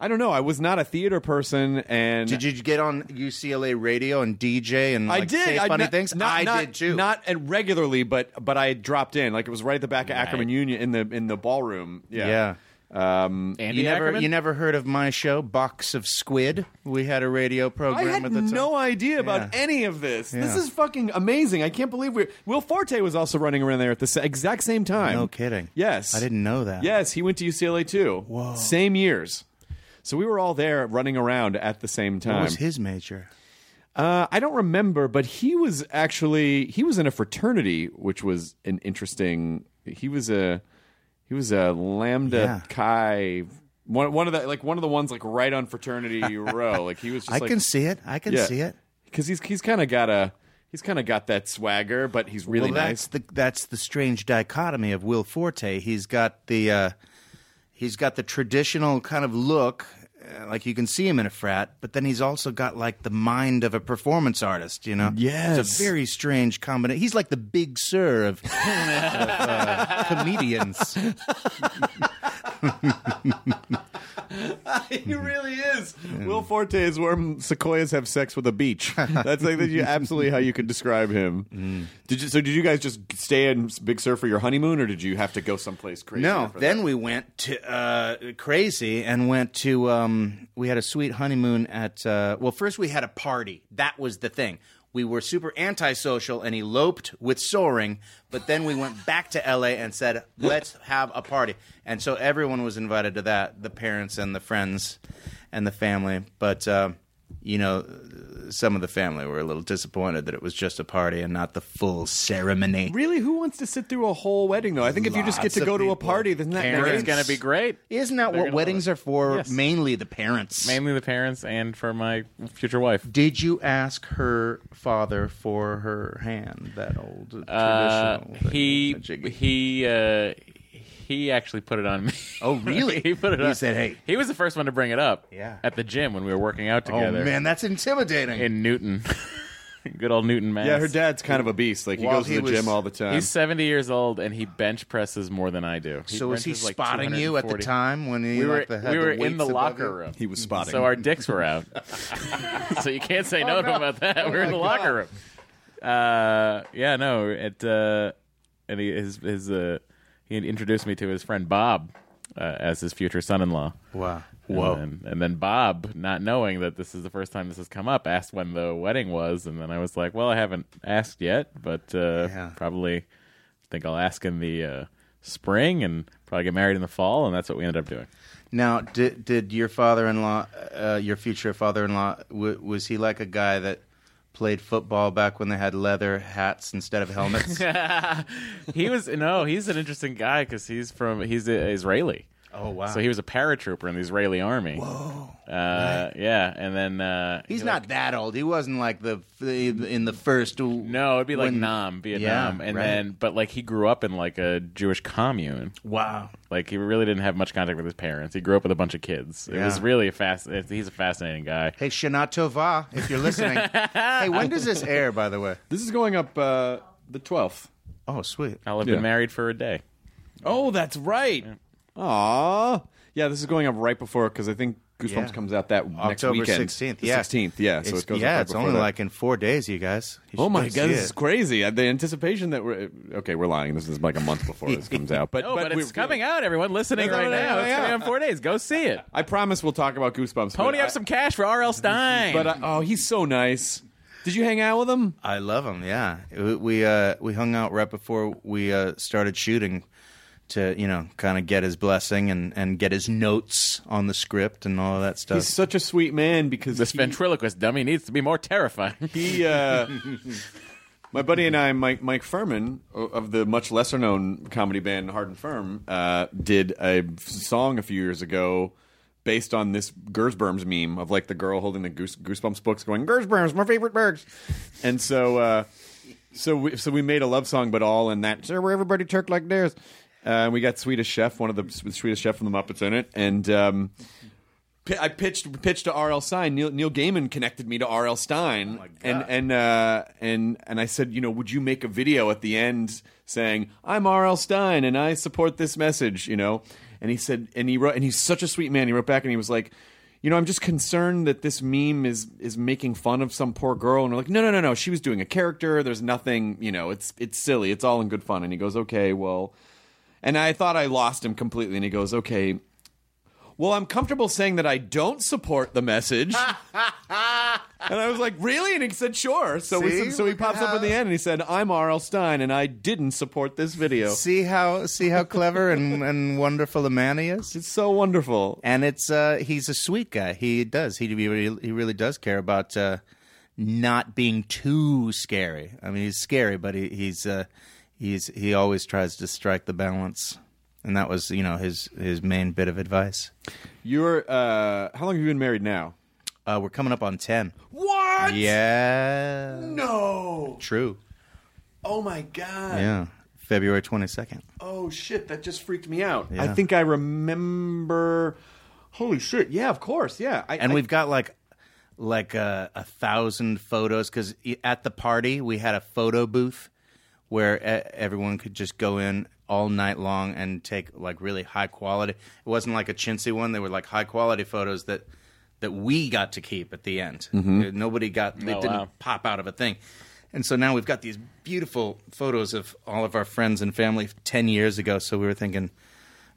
I don't know. I was not a theater person, and Did you get on UCLA radio and DJ and like, I did say I, funny not- things? Not, I not- did too. Not and regularly, but but I dropped in. Like it was right at the back of Ackerman Union in the in the ballroom. yeah. Yeah. Um, Andy You never Ackerman? you never heard of my show Box of Squid? We had a radio I program had at the time. no idea about Yeah. any of this. This Yeah. is fucking amazing. I can't believe we. Will Forte was also running around there at the sa- exact same time. No kidding. Yes, I didn't know that. Yes, he went to UCLA too. Whoa. Same years. So we were all there running around at the same What time. was his major? Uh, I don't remember, but he was actually he was in a fraternity, which was an interesting. He was a he was a lambda Yeah. chi one one of the like one of the ones like right on fraternity row. Like he was just I like can see it. I can Yeah. see it. because he's he's kind of got a he's kind of got that swagger, but he's really well, nice. that's the that's the strange dichotomy of Will Forte. He's got the uh, he's got the traditional kind of look, uh, like you can see him in a frat, but then he's also got like the mind of a performance artist. You know, Yes. it's a very strange combination. He's like the Big Sir of, of uh, comedians. he really is. Will Forte is where sequoias have sex with a beach. That's like that you, absolutely how you could describe him. Mm. Did you, so? Did you guys just stay in Big Sur for your honeymoon, or did you have to go someplace crazy? No, then we went to uh, crazy and went to. Um, we had a sweet honeymoon at. Uh, well, first we had a party. That was the thing. We were super antisocial and eloped with soaring, but then we went back to LA and said, "Let's have a party." And so everyone was invited to that: the parents and the friends, and the family. But uh, you know, some of the family were a little disappointed that it was just a party and not the full ceremony. really, who wants to sit through a whole wedding though? I think if you just get Lots to of go to a people. party, then that It's Parents. gonna be great. Isn't that They're what gonna weddings love are for? Yes. Mainly the parents. Mainly the parents and for my future wife. Did you ask her father for her hand? That old traditional Uh, thing, he the jiggy? he uh, he actually put it on me. Oh, really? he put it He on. said, "Hey." He was the first one to bring it up. Yeah. At the gym when we were working out Oh together. man, that's intimidating. In Newton. Good old Newton Mass. Yeah, her dad's kind of a beast. Like he While goes to he the was- gym all the time. He's 70 years old and he bench presses more than I do. So was he benches, like, spotting you at the 240. time when he We were, like, the, had we were weights in the above locker you? room. he was spotting. So our dicks were out. so you can't Oh, say no, to him about that. we're in the locker room. Uh, yeah, no. It uh, and he his his uh, he had introduced me to his friend Bob uh, as his future son-in-law. Wow. Whoa. And then, and then Bob, not knowing that this is the first time this has come up, asked when the wedding was, and then I was like, "Well, I haven't asked yet, but uh, Yeah. probably think I'll ask in the uh, spring and probably get married in the fall." And that's what we ended up doing. Now, did did your father-in-law, uh, your future father-in-law, w- was he like a guy that played football back when they had leather hats instead of helmets? he was no, he's an interesting guy because he's from he's a, Israeli. oh wow. So he was a paratrooper in the Israeli army. Whoa! Uh, Yeah, and then uh, He's he, not that old. He wasn't like the in the first. No, it'd be like When- Nam, Vietnam, Yeah, and right. then but like he grew up in like a Jewish commune. Wow. Like he really didn't have much contact with his parents. He grew up with a bunch of kids. It Yeah. was really a fast. He's a fascinating guy. Hey, Shana Tova, if you're listening. hey, when does this air? By the way. this is going up uh, the twelfth. Oh, sweet. I'll have Yeah. been married for a day. Oh, that's right. Aw. Yeah, this is going up right before because I think Goosebumps Yeah. comes out that next October weekend. 16th. The Yeah. 16th. Yeah, so It's- it goes up yeah, right it's before only that. like in four days, you guys. You Oh should my god, go see this is it. crazy! Uh, The anticipation that we're uh, okay, we're lying. This is like a month before this comes out, but Oh, but, we- it's coming out. Everyone listening It's right already now. coming It's coming out. out in four days. Go see it. I promise we'll talk about Goosebumps. Pony but up I- some cash for R.L. Stein. But I, oh, he's so nice. Did you hang out with him? I love him. Yeah, we we, uh, we hung out right before we uh, started shooting to you know kind of get his blessing and, and get his notes on the script and all of that stuff. He's such a sweet man because this he- ventriloquist dummy needs to be more terrifying. he uh, my buddy and I, Mike Mike Furman o- of the much lesser known comedy band Hard and Firm, uh, did a f- song a few years ago based on this Gersberms meme of like the girl holding the goose, Goosebumps books, going Gersberms, my favorite birds, and so. Uh, so we so we made a love song, but all in that. Sir, where everybody Turk like theirs. Uh, we got Swedish Chef, one of the Swedish Chef from the Muppets in it, and um, pi- I pitched pitched to R.L. Stein. Neil, Neil Gaiman connected me to R.L. Stein, and and uh, and and I said, you know, would you make a video at the end saying, "I'm R.L. Stein and I support this message," you know? And he said, and he wrote, and he's such a sweet man. He wrote back and he was like. You know, I'm just concerned that this meme is is making fun of some poor girl, and we're like, no, no, no, no. She was doing a character. There's nothing, you know. It's it's silly. It's all in good fun. And he goes, okay, well, and I thought I lost him completely. And he goes, okay, well, I'm comfortable saying that I don't support the message. and I was like, really? And he said, sure. So we, See? so he Look at pops up how- at the end and he said, I'm R.L. Stein and I didn't support this video. see how see how clever and, and wonderful a man he is. It's so wonderful. and it's uh, he's a sweet guy. He does. He really, he really does care about uh, not being too scary. I mean, he's scary, but he, he's uh, he's he always tries to strike the balance. And that was, you know, his his main bit of advice. You're, uh, how long have you been married now? Uh, we're coming up on ten. What? Yeah, No. true. Oh my God. Yeah, February twenty second. Oh shit, that just freaked me out. I think I remember. Holy shit. Yeah, of course. Yeah. I, and I- we've got like like uh, a, a thousand photos because at the party we had a photo booth where e- everyone could just go in all night long and take like really high quality it wasn't like a chintzy one they were like high quality photos that that we got to keep at the end Mm-hmm. Uh, nobody got they Oh, didn't wow. pop out of a thing and so now we've got these beautiful photos of all of our friends and family 10 years ago so we were thinking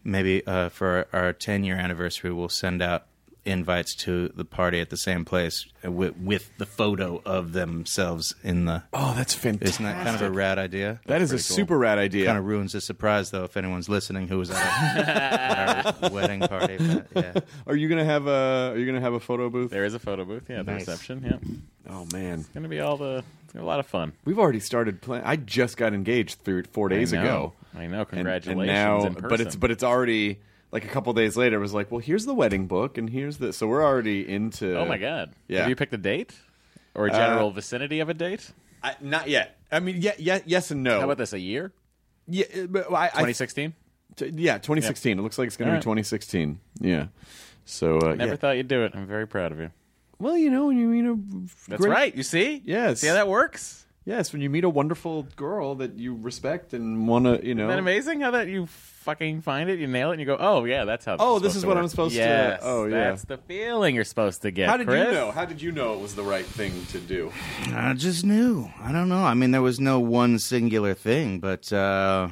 maybe uh, for our 10 year anniversary, we'll send out invites to the party at the same place with, with the photo of themselves in the. oh, that's fantastic. Isn't that kind of a rad idea? That is a super rad idea. Kind of ruins the surprise, though, if anyone's listening who was at our, at our wedding party. But, yeah. Are you gonna have a Are you gonna have a photo booth? there is a photo booth. Yeah, the Nice. reception. Yeah, it's Oh man, gonna be all the it's gonna be a lot of fun. we've already started planning. I just got engaged three, four days I know. ago. I know. And- Congratulations. And, now, in but it's person. but it's already like a couple days later. It was like, well, here's the wedding book, and here's the. So we're already into. oh my god. Yeah. Uh, Have you picked a date or a general vicinity of a date? I, not yet. I mean, yeah, yeah, yes and no. How about this? A year? Yeah, uh, but oh. I, I, 2016. t- yeah, 2016. It looks like it's going All to be right. 2016. Yeah. So uh, Never yeah. thought you'd do it. I'm very proud of you. Well, you know, when you meet a That's great- right. You see? Yes. See how that works? Yes, when you meet a wonderful girl that you respect and want to, you know. Isn't that amazing how that you fucking find it, you nail it, and you go, oh, yeah, that's how Oh, this is supposed to what work." I'm supposed to- Yes, oh, yeah. That's the feeling you're supposed to get. How did Chris. you know? How did you know it was the right thing to do? I just knew. I don't know. I mean, there was no one singular thing, but uh,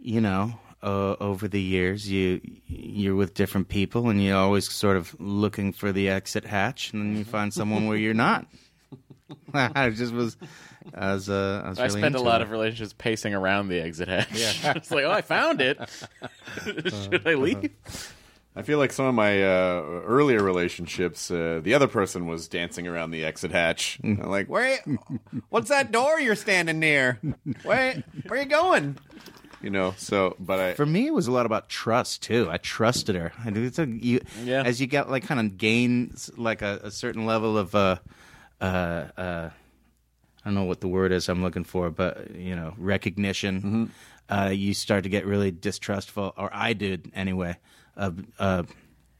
you know, uh, over the years, you you're with different people, and you're always sort of looking for the exit hatch, and then you find someone where you're not. I just was, I was, uh, I was. I really spend a into lot it. of relationships pacing around the exit hatch. it's like, oh, I found it. Should I leave? I feel like some of my uh, earlier relationships, uh, the other person was dancing around the exit hatch. I'm like, where? What's that door you're standing near? Where? Where you going? You know. So, but I. For me, it was a lot about trust too. I trusted her. I do. It's a, you, Yeah. As you get like kind of gain s- like a, a certain level of uh, uh, uh, I don't know what the word is I'm looking for, but you know, recognition. Uh, you start to get really distrustful, or I did anyway, of uh,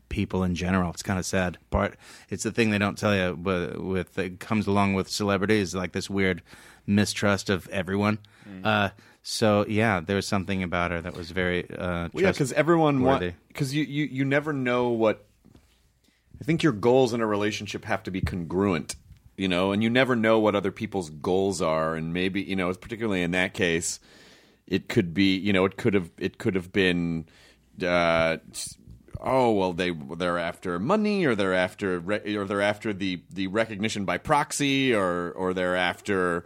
people in general. It's kind of sad. Part it's the thing they don't tell you, but with it comes along with celebrities like this weird mistrust of everyone. Uh, so yeah, there was something about her that was very uh, Well, yeah, because everyone trustworthy. wants because you, you you never know what. I think your goals in a relationship have to be congruent, you know, and you never know what other people's goals are, and maybe you know, particularly in that case, it could be you know, it could have it could have been. Uh, Oh well, they they're after money, or they're after re- or they're after the, the recognition by proxy, or or they're after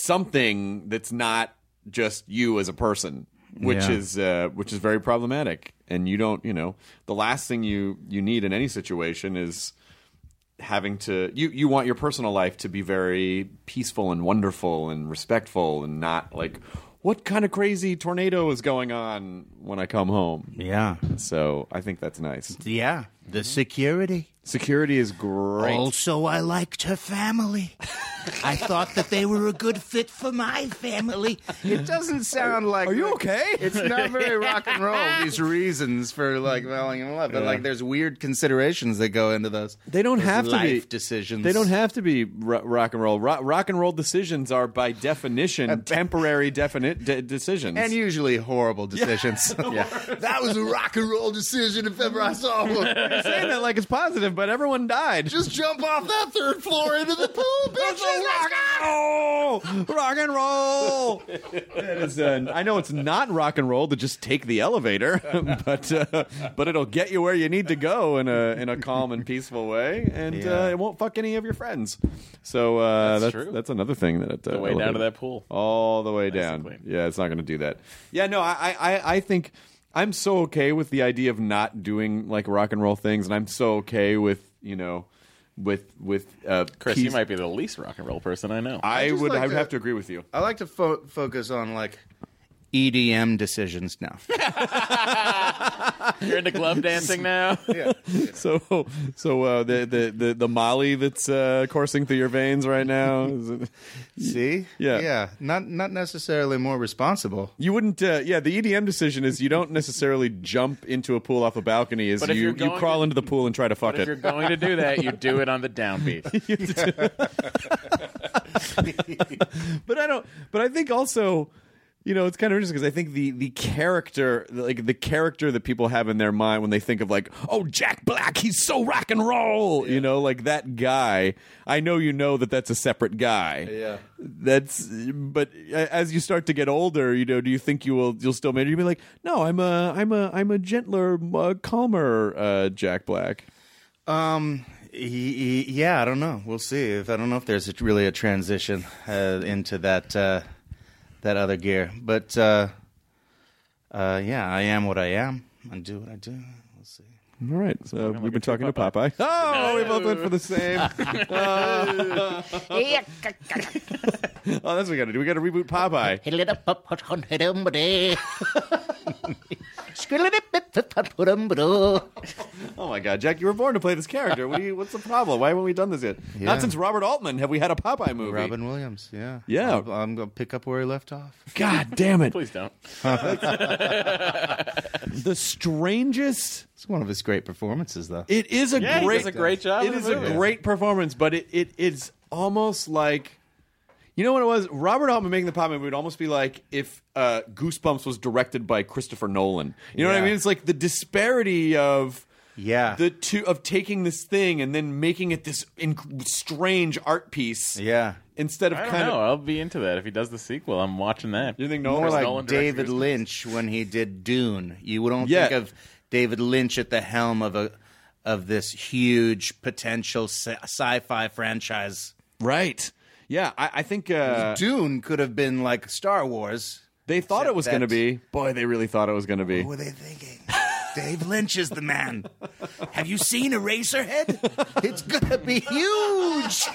something that's not just you as a person, which Yeah. is is, uh, which is very problematic. And you don't, you know, the last thing you you need in any situation is having to you you want your personal life to be very peaceful and wonderful and respectful and not like what kind of crazy tornado is going on when I come home. yeah, So I think that's nice. yeah. The security. Security is great. Also, I liked her family. I thought that they were a good fit for my family. It doesn't sound like. Are you okay? It's not very rock and roll. These reasons for like falling in love, but like there's weird considerations that go into those. They don't those have to be life decisions. They don't have to be ro- rock and roll. Ro- rock and roll decisions are by definition temporary definite de- decisions. and usually horrible decisions. that was a rock and roll decision if ever I saw one. saying that like it's positive, but everyone died. Just jump off that third floor into the pool, That's bitches. a rock and roll, rock and roll. That is, uh, I know it's not rock and roll to just take the elevator, but uh, but it'll get you where you need to go in a in a calm and peaceful way, and uh, Yeah. it won't fuck any of your friends. So uh, That's that's true. that's, another thing that it, uh, The way down to elevator- that pool. all the way down. Basically. Yeah, it's not going to do that. Yeah, no, I, I- I, I think I'm so okay with the idea of not doing like rock and roll things, and I'm so okay with you know, with with uh, Chris, peace. you might be the least rock and roll person I know. I, I just would. like I would to- have to agree with you. I like to fo- focus on like EDM decisions now. You're into glove dancing now. So, so uh, the, the the the Molly that's uh, coursing through your veins right now. is it- See? Yeah. Yeah. Not not necessarily more responsible. You wouldn't, uh, yeah. The EDM decision is you don't necessarily jump into a pool off a balcony. Is But if you you're you going crawl to- into the pool and try to fuck But if you're it? going to do that, you do it on the downbeat. But I don't. But I think also, you know, it's kind of interesting because I think the the character, like the character that people have in their mind when they think of like, oh, Jack Black, he's so rock and roll. You know, like that guy. I know you know that that's a separate guy. that's but as you start to get older you know do you think you will you'll still maybe you'll be like no i'm a i'm a i'm a gentler uh, calmer uh, jack black Um. y- y- Yeah. I don't know. We'll see. If I don't know if there's a, really a transition uh, into that uh, that other gear, but uh, uh, yeah, I am what I am. I do what I do. We'll see. all right so we've been talking to popeye oh we both went for the same Uh, oh that's what we gotta do we gotta reboot popeye oh my god jack you were born to play this character what do you, what's the problem why haven't we done this yet Yeah. not since robert altman have we had a popeye movie Robin Williams. Yeah. Yeah. I'm, I'm gonna pick up where he left off. god damn it Please don't. the strangest It's one of his great performances, though. It is a Yeah, he great, does a great job It in the is movie. a great performance, but it, it it's almost like you know what it was. Robert Altman making the Pop movie would almost be like if uh, Goosebumps was directed by Christopher Nolan. You know what I Yeah. mean? It's like the disparity of Yeah. the two of taking this thing and then making it this inc- strange art piece. yeah. instead of I don't kind know. of I'll be into that if he does the sequel. I'm watching that. you think More Nolan like Nolan directed David Goosebumps. Lynch when he did Dune. You don't Yeah. think of David Lynch at the helm of a of this huge potential sci- sci-fi franchise. right? Yeah, I, I think uh, Dune could have been like Star Wars. they thought it was going to that's- be. Boy, they really thought it was going to be. What were they thinking? Dave Lynch is the man. Have you seen Eraserhead? It's gonna be huge.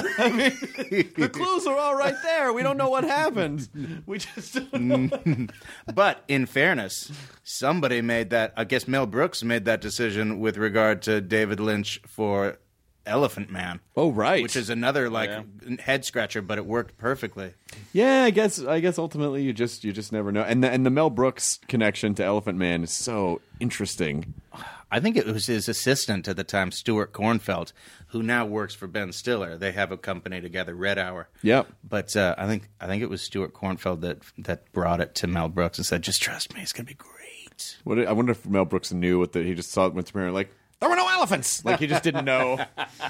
the clues are all right there. We don't know what happened. We just don't know. But in fairness, somebody made that. I guess Mel Brooks made that decision with regard to David Lynch for Elephant Man. Oh, right. which is another like head scratcher, but it worked perfectly. Yeah, I guess I guess ultimately you just you just never know. And the, and the Mel Brooks connection to Elephant Man is so interesting. I think it was his assistant at the time, Stuart Kornfeld, who now works for Ben Stiller. They have a company together, Red Hour. Yep. But uh, I think I think it was Stuart Kornfeld that that brought it to Mel Brooks and said, "Just trust me, it's gonna be great." What I wonder if Mel Brooks knew what that he just saw it went premiere like there were no elephants. Like he just didn't know.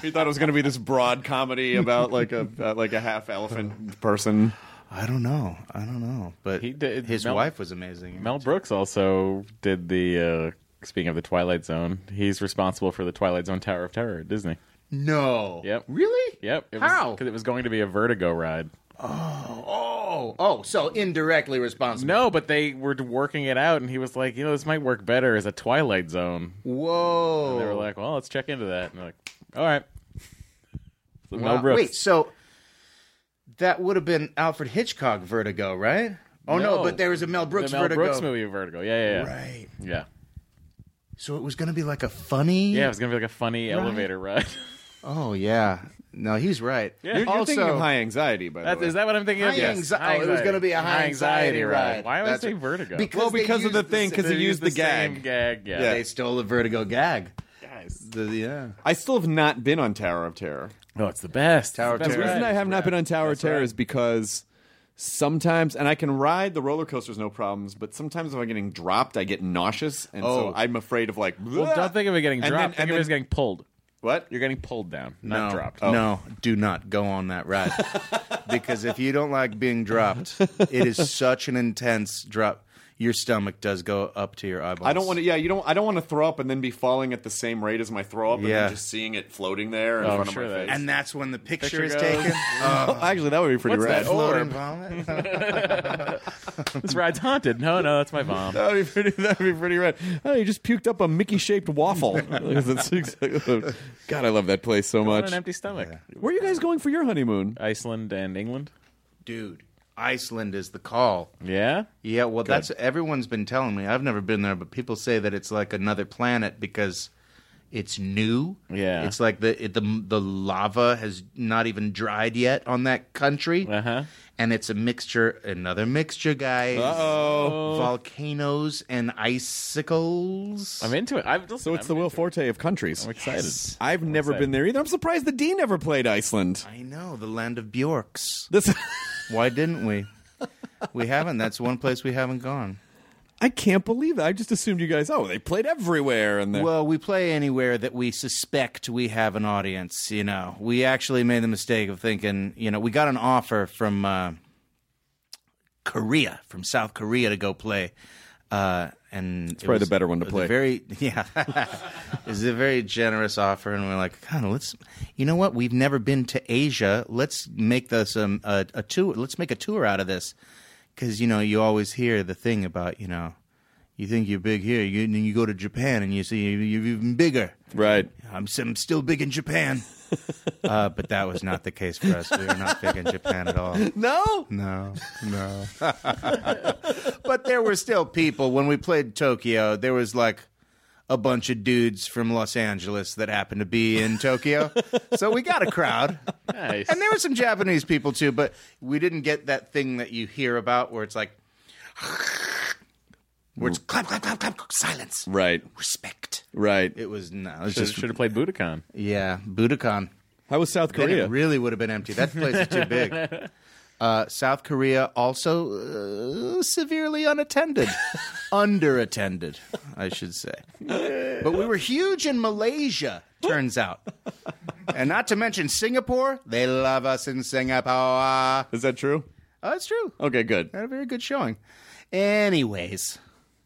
he thought it was going to be this broad comedy about like a uh, like a half elephant person. I don't know. I don't know. But He did- his Mel- wife was amazing. Mel Brooks also did the. Uh, speaking of the Twilight Zone, he's responsible for the Twilight Zone Tower of Terror at Disney. No. Yep. Really? Yep. It How? Because it was going to be a Vertigo ride. Oh. Oh. So indirectly responsible. No, but they were working it out, and he was like, you know, this might work better as a Twilight Zone. Whoa. They were like, well, let's check into that. And they're like, all right. So Wow. Mel Brooks. Wait, so that would have been Alfred Hitchcock Vertigo, right? Oh no, but there was a Mel Brooks the Mel Vertigo. Brooks movie, Vertigo. Yeah, yeah, yeah. Right. Yeah. So it was going to be like a funny. Yeah, it was going to be like a funny elevator ride. Oh yeah. No, he's right. Yeah. You're, you're thinking Also- of high anxiety, by the That, way. is that what I'm thinking of? High Yes. anxi- oh, it was going to be a high anxiety ride. Why would I That's- say Vertigo? Because well, they because of used the thing, the because he They used the, same gag. gag. Yeah. They stole the Vertigo gag. The- yeah. I still have not been on Tower of Terror. Oh, it's the best. Tower It's the best of The Terror. ride. reason I have not been on Tower of Terror right. is because sometimes, and I can ride the roller coasters no problems, but sometimes if I'm getting dropped, I get nauseous, and so Oh. I'm afraid of like. Well, don't think of it getting And dropped. then- think and of it then- as getting pulled. what You're getting pulled down, No, not dropped. no, do not go on that ride because if you don't like being dropped, it is such an intense drop. Your stomach does go up to your eyeballs. I don't want to. Yeah, you don't. I don't want to throw up and then be falling at the same rate as my throw up, and Yeah. then just seeing it floating there in Oh, I'm front sure of my that- face. And that's when the picture, Picture is goes. taken. Oh, actually, that would be pretty What's rad. that Floating orb? vomit. This ride's haunted. No, no, that's my mom. That would be pretty. That would be pretty rad. Oh, you just puked up a Mickey-shaped waffle. That's exactly what- God, I love that place so On much. an empty stomach. Where are you guys going for your honeymoon? Iceland and England. Dude, Iceland is the call. Yeah. Yeah, well, that's everyone's been telling me. I've never been there, but people say that it's like another planet because it's new. Yeah. it's like the it, the the lava has not even dried yet on that country, Uh huh. and it's a mixture, another mixture, guys. Oh, Volcanoes and icicles. I'm into it. I've, so it's the Will Forte of countries. I'm excited. I've never excited. been there either. I'm surprised the D never played Iceland. I know the land of Bjorks. This, Why didn't we? We haven't. That's one place we haven't gone. I can't believe that. I just assumed you guys. Oh, they played everywhere, and they're- Well, we play anywhere that we suspect we have an audience. You know, we actually made the mistake of thinking. You know, we got an offer from uh, Korea, from South Korea, to go play. Uh, and it's probably the better one to play. Very, yeah, it was a very generous offer, and we're like, God, let's. You know what? We've never been to Asia. Let's make this um, a, a tour. Let's make a tour out of this, because you know you always hear the thing about you know you think you're big here, you, and then you go to Japan and you see you- you're even bigger. right. I'm, s- I'm still big in Japan. uh, but that was not the case for us. We were not big in Japan at all. No, No, no. but there were still people when we played Tokyo. There was like a bunch of dudes from Los Angeles that happened to be in Tokyo. so we got a crowd. Nice. And there were some Japanese people too, but we didn't get that thing that you hear about where it's like, where it's clap, clap, clap, clap, silence, Right. respect. Right. It was no, it was Should, just should have played Budokan. yeah, Budokan. How was South Then Korea? it really would have been empty. That place is too big. Uh, South Korea also uh, severely unattended, underattended, I should say. But we were huge in Malaysia, turns out, and not to mention Singapore. They love us in Singapore. Oh, Is that true? it's true. Okay, good. Had a very good showing. Anyways,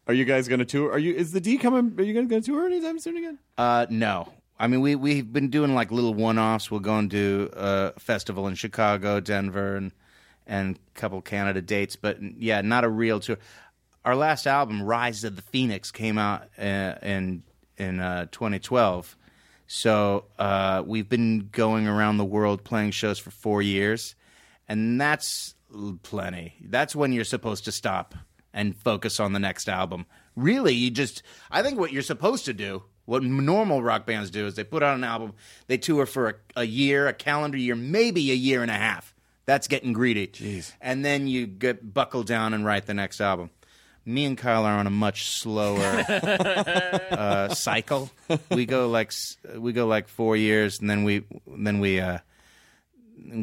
Are you guys going to tour? Are you? Is the D coming? Are you going to go tour anytime soon again? Uh, no. I mean, we we've been doing like little one-offs. We'll go and do uh, a festival in Chicago, Denver, and and a couple Canada dates. But yeah, not a real tour. Our last album, Rise of the Phoenix, came out uh, in in uh, 2012. So uh, we've been going around the world playing shows for four years, and that's l- plenty. That's when you're supposed to stop and focus on the next album. Really, you just I think what you're supposed to do, what m- normal rock bands do, is they put out an album, they tour for a, a year, a calendar year, maybe a year and a half. That's getting greedy. Jeez. And then you get buckle down and write the next album. Me and Kyle are on a much slower uh, cycle. We go like s- we go like four years, and then we then we uh,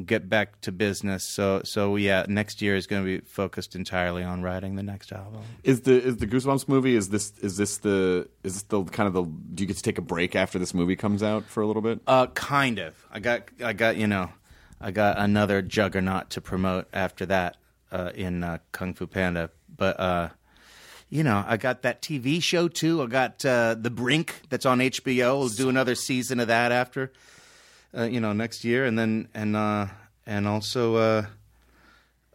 get back to business. So so yeah, next year is going to be focused entirely on writing the next album. Is the is the Goosebumps movie? Is this is this the is this the kind of the? Do you get to take a break after this movie comes out for a little bit? Uh, kind of. I got I got you know, I got another juggernaut to promote after that uh, in uh, Kung Fu Panda, but. uh you know, I got that TV show too. I got uh, The Brink that's on HBO. We'll do another season of that after, uh, you know, next year, and then and uh, and also uh,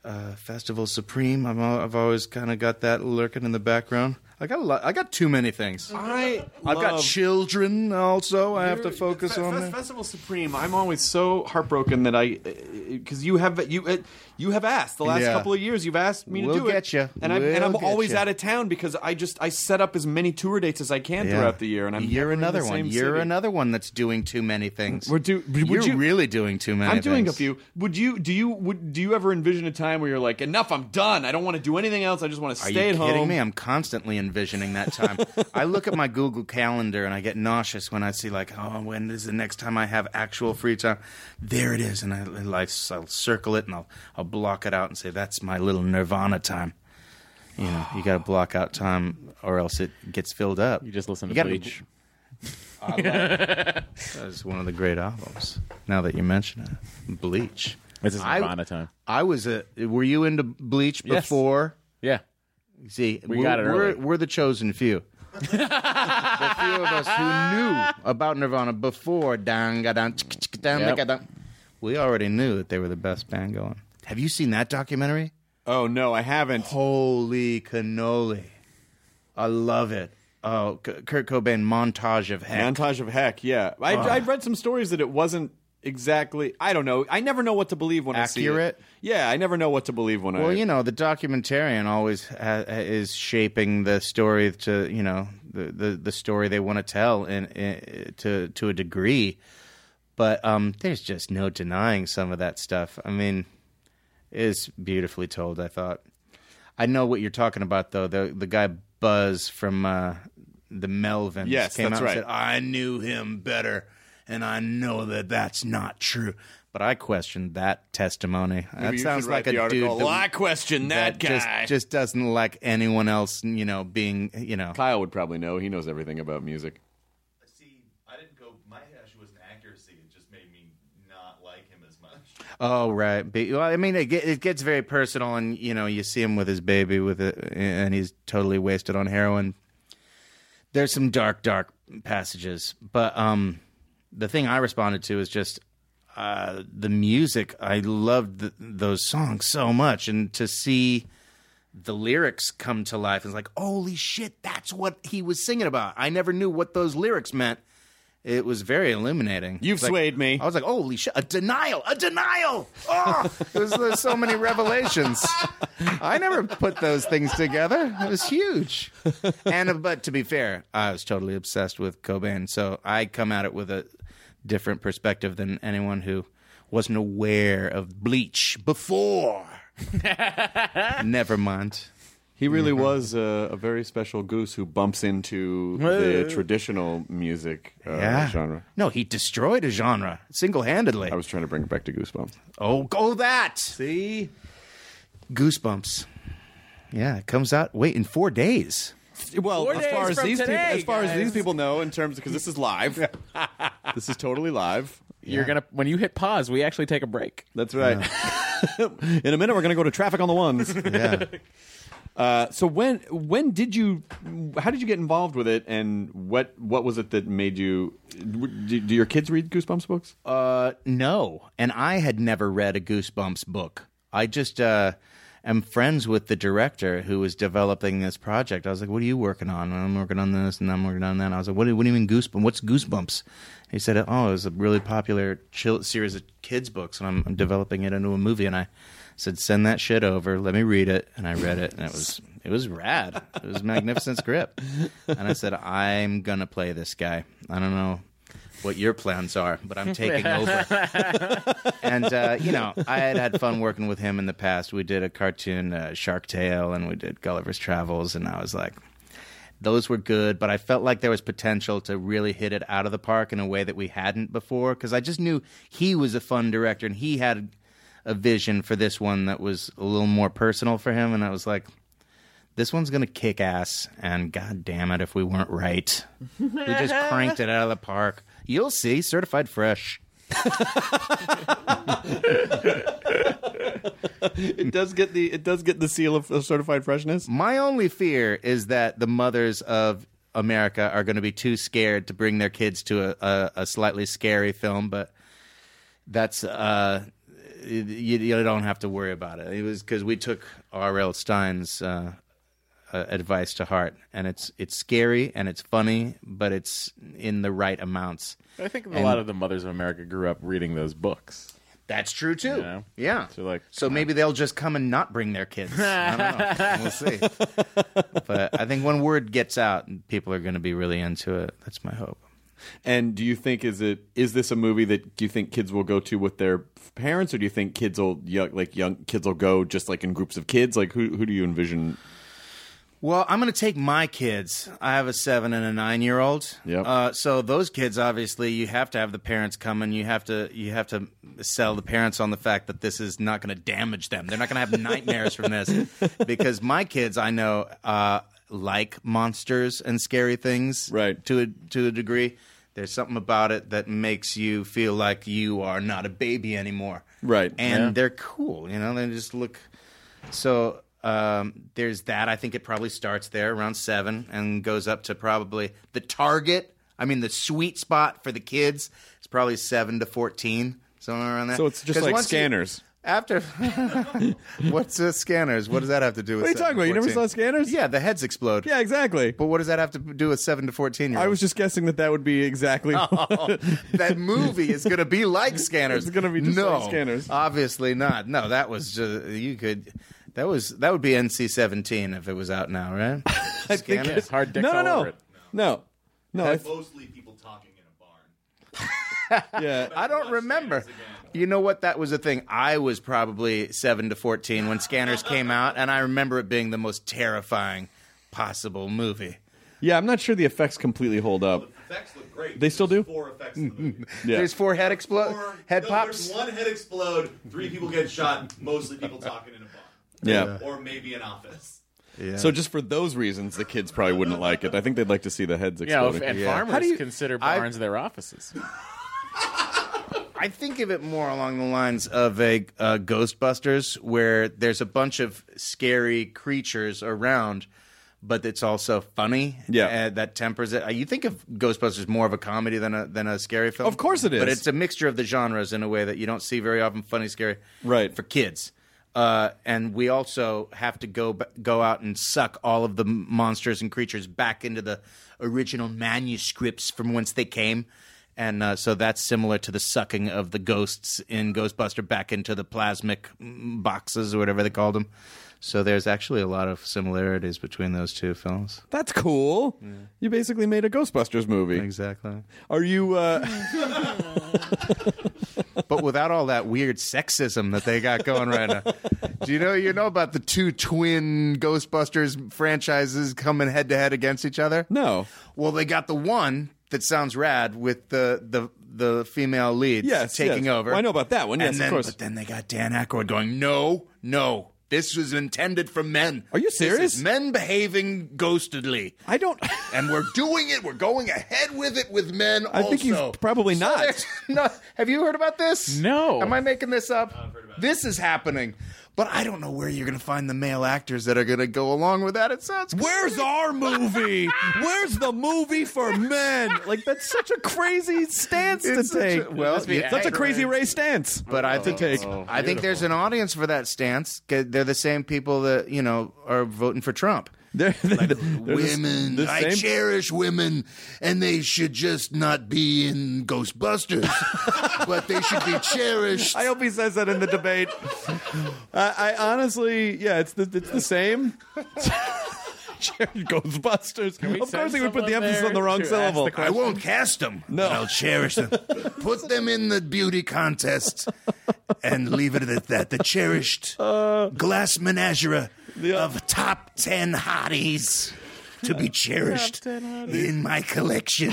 uh, Festival Supreme. I'm, al- I've always kind of got that lurking in the background. I got a lot. I got too many things. I I've got children also. I have to focus on. that. Festival Supreme. I'm always so heartbroken that I because you have you uh, you have asked the last Yeah. couple of years. You've asked me We'll to do it, get ya. and I'm and We'll I'm get always ya. out of town because I just I set up as many tour dates as I can Yeah. throughout the year, and I'm never you're in the another one. same You're city. another one that's doing too many things. We're do- would You're you- really doing too many. I'm doing a things. few. Would you do you would do you ever envision a time where you're like enough? I'm done. I don't want to do anything else. I just want to Are stay you at kidding home. me? I'm constantly envisioning that time. I look at my Google Calendar and I get nauseous when I see like, oh, when is the next time I have actual free time? There it is, and I, and I will circle it and I'll I'll block it out and say that's my little Nirvana time. You know, you got to block out time, or else it gets filled up. You just listen to gotta- Bleach. That is one of the great albums. Now that you mention it, Bleach. This is I- Nirvana time. I was a. Were you into Bleach Yes. before? Yeah. See, we got it We're, early. we're the chosen few. the few of us who knew about Nirvana before down, got down, tsk, tsk, down, Yep. got down. We already knew that they were the best band going. Have you seen that documentary? Oh no, I haven't. Holy cannoli! I love it. Oh, K- Kurt Cobain montage of heck. Montage of heck, yeah. I I read some stories that it wasn't exactly. I don't know. I never know what to believe when Accurate? I see it. Yeah, I never know what to believe when I. Well, you know, the documentarian always ha- is shaping the story to you know the the, the story they want to tell in, in to to a degree, but um, there's just no denying some of that stuff. I mean, it's beautifully told. I thought. I know what you're talking about though. The the guy Buzz from uh, the Melvins Yes, came that's out right. and said, "I knew him better." And I know that that's not true, but I questioned that testimony. Maybe that you should sounds write like the a article. dude. that- I question that, guy. just just doesn't like anyone else, you know, being you know. Kyle would probably know. He knows everything about music. See, I didn't go. My issue was not accuracy. It just made me not like him as much. Oh right, Be- well, I mean, it, get, it gets very personal, and you know, you see him with his baby with it, and he's totally wasted on heroin. There's some dark, dark passages, but um, the thing I responded to is just uh, the music. I loved th those songs so much, and to see the lyrics come to life is like, holy shit, that's what he was singing about. I never knew what those lyrics meant. It was very illuminating. You've It's like- swayed me. I was like, holy shit, a denial, a denial. Oh, it was, there's so many revelations. I never put those things together. It was huge. And uh, but to be fair, I was totally obsessed with Cobain, so I come at it with a different perspective than anyone who wasn't aware of Bleach before. Never mind. He really was uh, a, a very special goose who bumps into the traditional music uh, yeah. genre. No, he destroyed a genre single handedly. I was trying to bring it back to Goosebumps. Oh, go that. See? Goosebumps. Yeah, it comes out, wait, in four days. Well, Four as far days as from these today, people, as far as guys. these people know, in terms because this is live, this is totally live. You're gonna when you hit pause, we actually take a break. That's right. in a minute, we're gonna go to traffic on the ones. Yeah. Uh, so when when did you? How did you get involved with it, and what what was it that made you? Do, do your kids read Goosebumps books? Uh, no. And I had never read a Goosebumps book. I just uh, am friends with the director who was developing this project. I was like, "What are you working on?" And I'm working on this, and I'm working on that. And I was like, "What do, what do you mean Goosebumps? What's Goosebumps?" He said, "Oh, it was a really popular chill- series of kids books, and I'm, I'm developing it into a movie." And I said, "Send that shit over. Let me read it." And I read it, and it was it was rad. It was a magnificent script. And I said, "I'm gonna play this guy. I don't know." What your plans are, but I'm taking over and uh, you know, I had had fun working with him in the past. We did a cartoon uh, Shark Tale, and we did Gulliver's Travels, and I was like, those were good, but I felt like there was potential to really hit it out of the park in a way that we hadn't before because I just knew he was a fun director and he had a vision for this one that was a little more personal for him, and I was like. This one's gonna kick ass, and god damn it, if we weren't right, we just cranked it out of the park. You'll see, certified fresh. It does get the it does get the seal of of certified freshness. My only fear is that the mothers of America are going to be too scared to bring their kids to a, a, a slightly scary film, but that's uh, you, you don't have to worry about it. It was because we took R.L. Stein's uh, uh, advice to heart, and it's it's scary and it's funny, but it's in the right amounts. I think a lot of the mothers of America grew up reading those books. That's true too. Yeah. Yeah. So, like, so maybe they'll just come and not bring their kids. I don't know. We'll see. but I think when word gets out, people are going to be really into it. That's my hope. And do you think is it is this a movie that do you think kids will go to with their parents, or do you think kids will young, like young kids will go just like in groups of kids? Like who who do you envision? Well, I'm going to take my kids. I have a seven and a nine year old. Yep. Uh, so those kids, obviously, you have to have the parents come and you have to you have to sell the parents on the fact that this is not going to damage them. They're not going to have nightmares from this because my kids, I know, uh, like monsters and scary things. Right. To a to a degree, there's something about it that makes you feel like you are not a baby anymore. Right. And Yeah. they're cool. You know, they just look. So um, there's that. I think it probably starts there around seven and goes up to probably the target. I mean, the sweet spot for the kids is probably seven to fourteen, somewhere around that. So it's just 'Cause like once you- Scanners. after what's uh, scanners? What does that have to do with? What are you 7 talking to about? You never 14? saw Scanners? Yeah, the heads explode. yeah, exactly. but what does that have to do with seven to fourteen? I was just guessing that that would be exactly. that movie is going to be like Scanners. It's gonna be just no, like Scanners. Obviously not. No, that was just you could. That was that would be NC seventeen if it was out now, right? Scanners. It's hard dicks no, no, all no, over it. no, no. I th- Mostly people talking in a barn. yeah, I don't remember. You know what? That was the thing. I was probably seven to fourteen when Scanners came out, and I remember it being the most terrifying possible movie. yeah. I'm not sure the effects completely hold up. Effects look great. They still There's do? Mm-hmm. Four effects in the movie. Yeah. There's four head explode, Four- head no, pops. There's one head explode. Three people get shot. Mostly people talking in a barn. Yeah. Or maybe an office. So just for those reasons, the kids probably wouldn't like it. I think they'd like to see the heads Yeah, exploding. and How farmers do you- consider I- barns their offices. I think of it more along the lines of a uh, Ghostbusters, where there's a bunch of scary creatures around, but it's also funny. Yeah. uh, that tempers it. Uh, You think of Ghostbusters more of a comedy than a than a scary film. Of course it is. but it's a mixture of the genres in a way that you don't see very often. Funny, scary, Right. for kids. Uh, and we also have to go b- go out and suck all of the m- monsters and creatures back into the original manuscripts from whence they came, and uh, so that's similar to the sucking of the ghosts in Ghostbuster back into the plasmic mm, boxes or whatever they called them. So there's actually a lot of similarities between those two films. That's cool. You basically made a Ghostbusters movie. Exactly. Are you? Uh, but without all that weird sexism that they got going right now. Do you know you know about the two twin Ghostbusters franchises coming head to head against each other? no. Well, they got the one that sounds rad with the the the female lead Yes, taking yes. over. Well, I know about that one. Yes, and of then, course. But then they got Dan Aykroyd going, "No, no, this was intended for men. Are you This is serious? men behaving ghostedly." I don't. and we're doing it. We're going ahead with it with men. I think he's also. probably So not. there's- no, have you heard about this? No. Am I making this up? this is happening, but I don't know where you're going to find the male actors that are going to go along with that. It sounds. Where's our movie? Where's the movie for men? Like that's such a crazy stance It's to such take. a- well, that's, Must be yeah. a crazy Ray stance. But I think take. I think there's an audience for that stance. 'cause They're the same people that you know are voting for Trump. They're- they're the- they're the s- women. the I same- cherish women, and they should just not be in Ghostbusters, but they should be cherished. I hope he says that in the debate. I, I honestly, yeah, it's the it's the same. Jared Ghostbusters. Of course, send he would put the someone emphasis on the there wrong to ask the syllable. question? I won't cast them. No. but I'll cherish them. Put them in the beauty contest and leave it at that. The cherished Uh. glass menagerie of top 10 hotties to be cherished in my collection.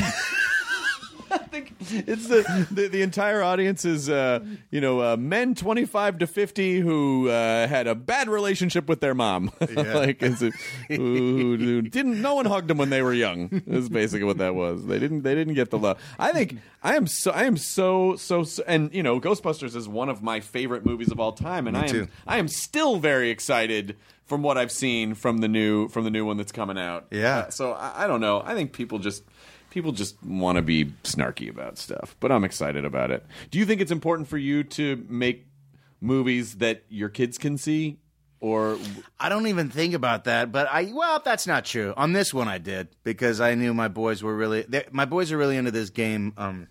it's the, the the entire audience is uh, you know uh, men twenty five to fifty who uh, had a bad relationship with their mom, like it's a- who, who didn't no one hugged them when they were young. Is basically what that was. They didn't they didn't get the love. I think I am so I am so so, so and you know Ghostbusters is one of my favorite movies of all time, and I am too. I am still very excited. From what I've seen from the new from the new one that's coming out, Yeah. Uh, so I, I don't know. I think people just people just want to be snarky about stuff, but I'm excited about it. Do you think it's important for you to make movies that your kids can see? Or I don't even think about that, but I well, that's not true. On this one, I did because I knew my boys were really they- my boys are really into this game, um,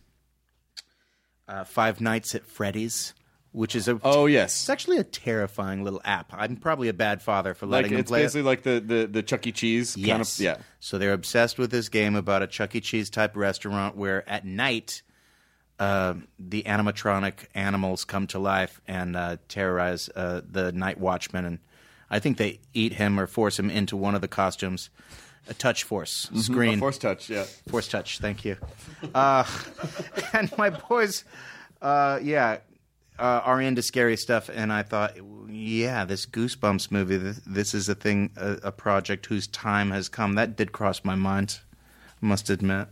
uh, Five Nights at Freddy's, which is a oh it's yes, actually a terrifying little app. I'm probably a bad father for like letting them it's play. basically it. like the the the Chuck E. Cheese kind of Yes. yeah. So they're obsessed with this game about a Chuck E. Cheese type restaurant where at night uh, the animatronic animals come to life and uh, terrorize uh, the night watchman. And I think they eat him or force him into one of the costumes. A touch force screen. Mm-hmm. Force touch, yeah. Force touch. Thank you. Uh, and my boys, uh, yeah, uh, are into scary stuff. And I thought, yeah, this Goosebumps movie, this, this is a thing, a, a project whose time has come. That did cross my mind. Must admit,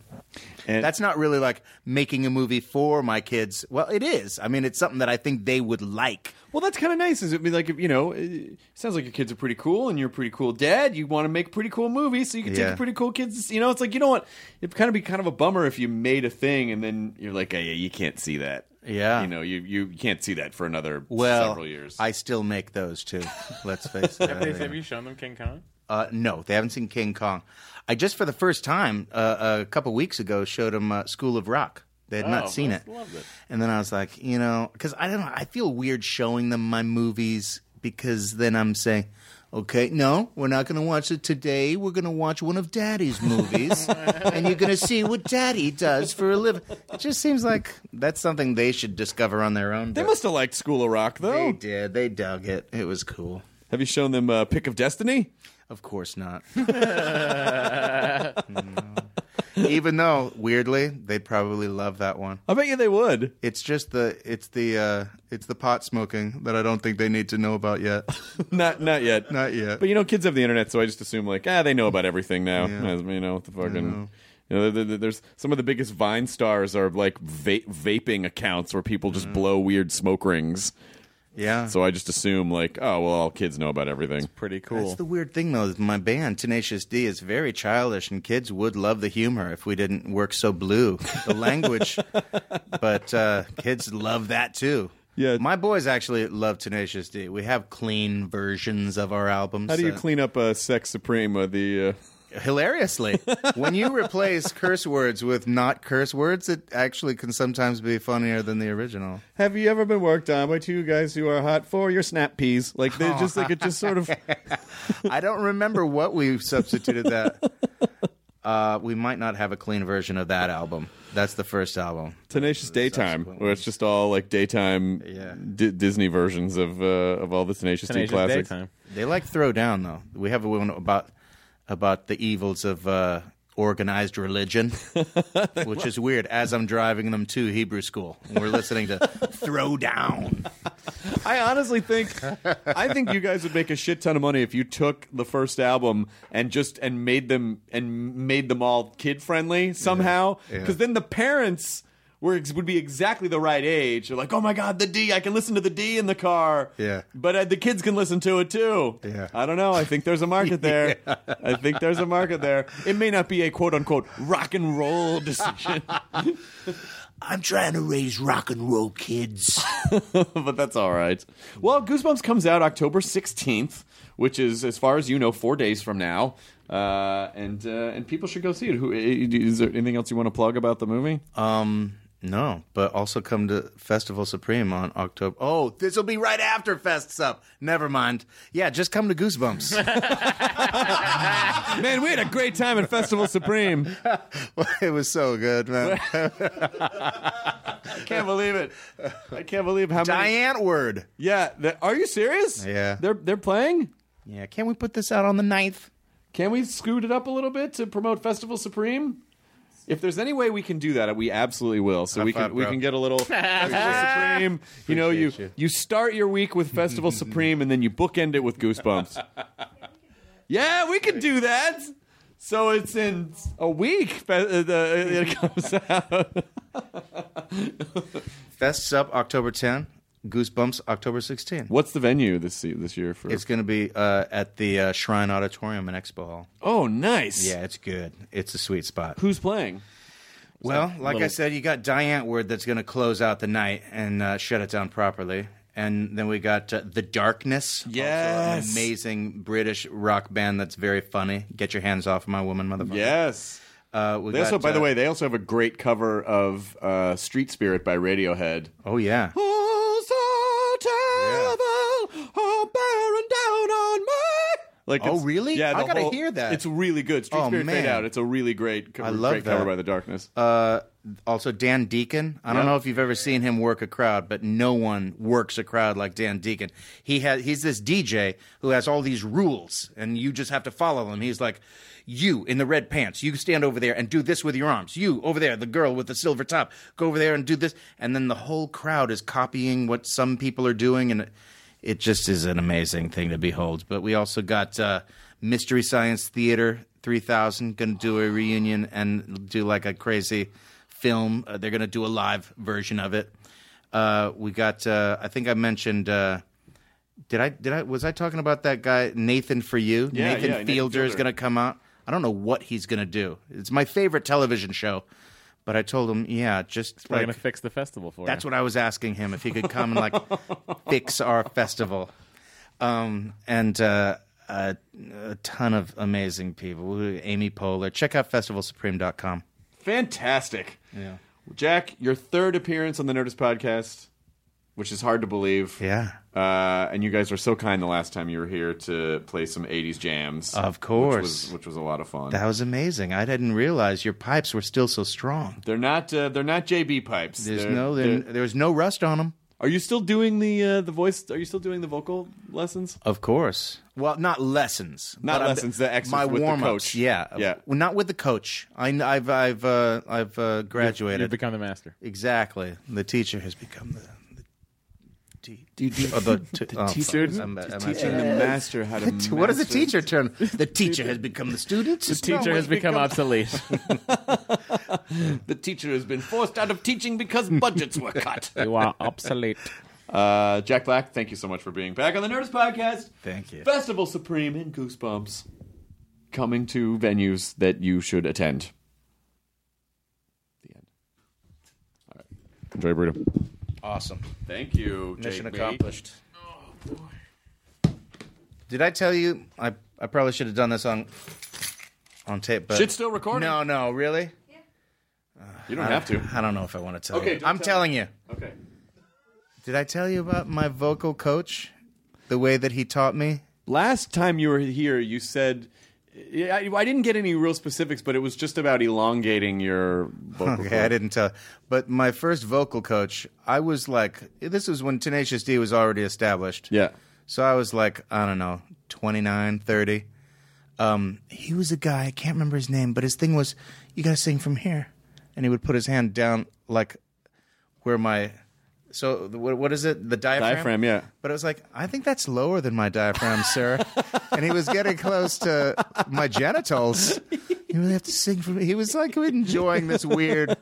And- that's not really like making a movie for my kids. Well, it is. I mean, it's something that I think they would like. Well, that's kind of nice. Is it I mean, like if- you know? It sounds like your kids are pretty cool, and you're a pretty cool dad. You want to make pretty cool movies, so you can take Yeah. your pretty cool kids. You know, it's like you know what? It'd kind of be kind of a bummer if you made a thing and then you're like, oh, yeah, you can't see that. Yeah. you know, you you can't see that for another Well, several years. I still make those too. Let's face it. Have, they, have you shown them King Kong? Uh, no, they haven't seen King Kong. I just for the first time uh, a couple weeks ago showed them uh, School of Rock. They had Oh, not seen I it. loved it. And then I was like, you know, because I don't know, I feel weird showing them my movies because then I'm saying, okay, no, we're not going to watch it today. We're going to watch one of Daddy's movies, and you're going to see what Daddy does for a living. It just seems like that's something they should discover on their own. they but must have liked School of Rock, They though. did. They dug it. It was cool. Have you shown them uh, Pick of Destiny? Of course not. Even though, weirdly, they'd probably love that one. I bet you they would. It's just the it's the uh, it's the pot smoking that I don't think they need to know about yet. not not yet. Not yet. But you know, kids have the internet, so I just assume like ah, they know about everything now. As- you know, what the fucking. You know, there- there- there's some of the biggest Vine stars are like va- vaping accounts where people just blow weird smoke rings. Yeah. So I just assume like, oh well, all kids know about everything. Pretty that's cool. the weird thing though. is My band Tenacious D is very childish, and kids would love the humor if we didn't work so blue the language. but uh, kids love that too. Yeah. my boys actually love Tenacious D. We have clean versions of our albums. How do you uh, clean up uh, Sex Supreme? Uh, the uh, hilariously. when you replace curse words with not curse words, it actually can sometimes be funnier than the original. Have you ever been worked on by two guys who are hot for your snap peas? Like they just like it just sort of I don't remember what we substituted that. Uh, we might not have a clean version of that album. That's the first album. Tenacious Daytime, where it's just all like daytime Yeah. D- Disney versions of uh, of all the Tenacious, Tenacious D classics. Daytime. They like throw down though. We have a one about about the evils of uh, organized religion, which is weird. As I'm driving them to Hebrew school, and we're listening to throw down. I honestly think I think you guys would make a shit ton of money if you took the first album and just and made them and made them all kid friendly somehow. yeah. Because then the parents were ex- would be exactly the right age. They're like, oh my god, the D! I can listen to the D in the car. Yeah. but uh, the kids can listen to it too. Yeah. I don't know. I think there's a market there. I think there's a market there. It may not be a quote unquote rock and roll decision, I'm trying to raise rock and roll kids. but that's all right. Well, Goosebumps comes out October 16th, which is, as far as you know, four days from now. Uh, and uh, and people should go see it. Who is there anything else you want to plug about the movie? Um, no, but also come to Festival Supreme on October. Oh, this will be right after Fest's up. Never mind. Yeah, just come to Goosebumps. Man, we had a great time at Festival Supreme. it was so good, man. I can't believe it. I can't believe how many. Diane Word. Yeah, the- are you serious? Yeah. they're they're playing. Yeah, can we put this out on the 9th? Can we scoot it up a little bit to promote Festival Supreme? If there's any way we can do that, we absolutely will. So we can five, we bro. can get a little Festival Supreme. You know, you, Appreciate you you. start your week with Festival Supreme and then you bookend it with Goosebumps. yeah, we can do that. So it's in a week. fe- uh, the- It comes out. Fest's up October 10. Goosebumps October 16. What's the venue this se- this year for? It's going to be uh, at the uh, Shrine Auditorium and Expo Hall. oh, nice. Yeah, it's good. It's a sweet spot. Who's playing? Well, like I said, you got Diane Word that's going to close out the night and uh, shut it down properly. And then we got uh, The Darkness. also Yes. an amazing British rock band that's very funny. Get your hands off my woman, motherfucker. Yes. Uh, we They also, got, by the uh, way, they also have a great cover of uh, "Street Spirit" by Radiohead. Oh, yeah. Oh, so terrible. Oh, bearing down on me. Like Oh, it's- really? Yeah, I the gotta whole- hear that. It's really good. Street Oh, Spirit Fade man. Out. It's a really great, cover, I love great cover that. by the Darkness. Uh, also, Dan Deacon. I don't know if you've ever seen him work a crowd, but no one works a crowd like Dan Deacon. He has he's this DJ who has all these rules, and you just have to follow them. He's like, you in the red pants, you stand over there and do this with your arms. You over there, the girl with the silver top, go over there and do this. And then the whole crowd is copying what some people are doing, and it, it just is an amazing thing to behold. But we also got uh, Mystery Science Theater 3000 going to do a reunion and do like a crazy film. Uh, they're going to do a live version of it. Uh, we got. Uh, I think I mentioned. Uh, did I? Did I? Was I talking about that guy Nathan for you? Yeah, Nathan yeah, Nathan Fielder is Fielder. going to come out. I don't know what he's going to do. It's my favorite television show, but I told him, yeah, just We're like, gonna fix the festival for that's you. what I was asking him if he could come and like fix our festival. Um, and uh, a, a ton of amazing people. Amy Poehler. Check out festivalsupreme.com. Fantastic. Yeah. Jack, your third appearance on the Nerdist podcast, which is hard to believe. Yeah. Uh, and you guys were so kind the last time you were here to play some 80s jams. Of course. Which was, which was a lot of fun. That was amazing. I didn't realize your pipes were still so strong. they're not uh, they're not JB pipes. There's They're- no they're- there, there was no rust on them. Are you still doing the uh, the voice? Are you still doing the vocal lessons? Of course. Well, not lessons. Not but I'm- lessons, the extras my with the warm-ups, coach. Yeah. Yeah. Well, not with the coach. I, have I've uh, I've uh, graduated. You've become the master. Exactly. The teacher has become the, the, te- oh, the, t- oh, fuck. student? I'm- I'm- Teaching the master how to. What is master- the teacher term? The teacher has become the student. The teacher has become, obsolete. The teacher has been forced out of teaching because budgets were cut. you are obsolete. Uh, Jack Black, thank you so much for being back on the Nerdist Podcast. Thank you. Festival Supreme and Goosebumps coming to venues that you should attend. The end. All right. Enjoy your burrito. Awesome. Thank you. Mission Jake Bate. accomplished. Did I tell you? I I probably should have done this on on tape. But Shit's still recording. No, no, really. You don't have to. I don't know if I want to tell Okay, you. don't I'm tell telling you. Okay. Did I tell you about my vocal coach? The way that he taught me. Last time you were here, you said. Yeah, I, I didn't get any real specifics, but it was just about elongating your vocal Okay, I didn't tell. But my first vocal coach, I was like, this was when Tenacious D was already established. Yeah. So I was like, I don't know, 29, 30. Um, he was a guy, I can't remember his name, but his thing was, you got to sing from here. And he would put his hand down, like where my. So the- what, what is it? The diaphragm? Diaphragm, yeah. But I was like, I think that's lower than my diaphragm, sir. and he was getting close to my genitals. You really have to sing from. He was like enjoying this weird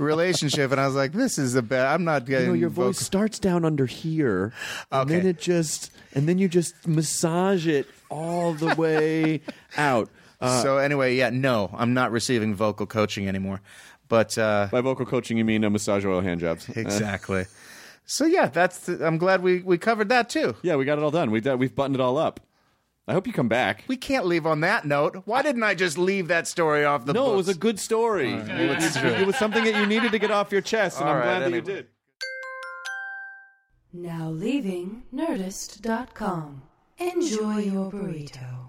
relationship, and I was like, "This is the best." I'm not getting No, your voice vocal- starts down under here, and then Okay. it just, and then you just massage it all the way out. Uh, so anyway, yeah, no, I'm not receiving vocal coaching anymore. But uh, by vocal coaching, you mean a massage oil hand jobs? exactly. so yeah, that's. The, I'm glad we we covered that too. yeah, we got it all done. We done- we've buttoned it all up. I hope you come back. We can't leave on that note. Why didn't I just leave that story off the? no, it books? was a good story. It, was, it was something that you needed to get off your chest, and All I'm right, glad that you anyway. did. Now leaving Nerdist.com. Enjoy your burrito.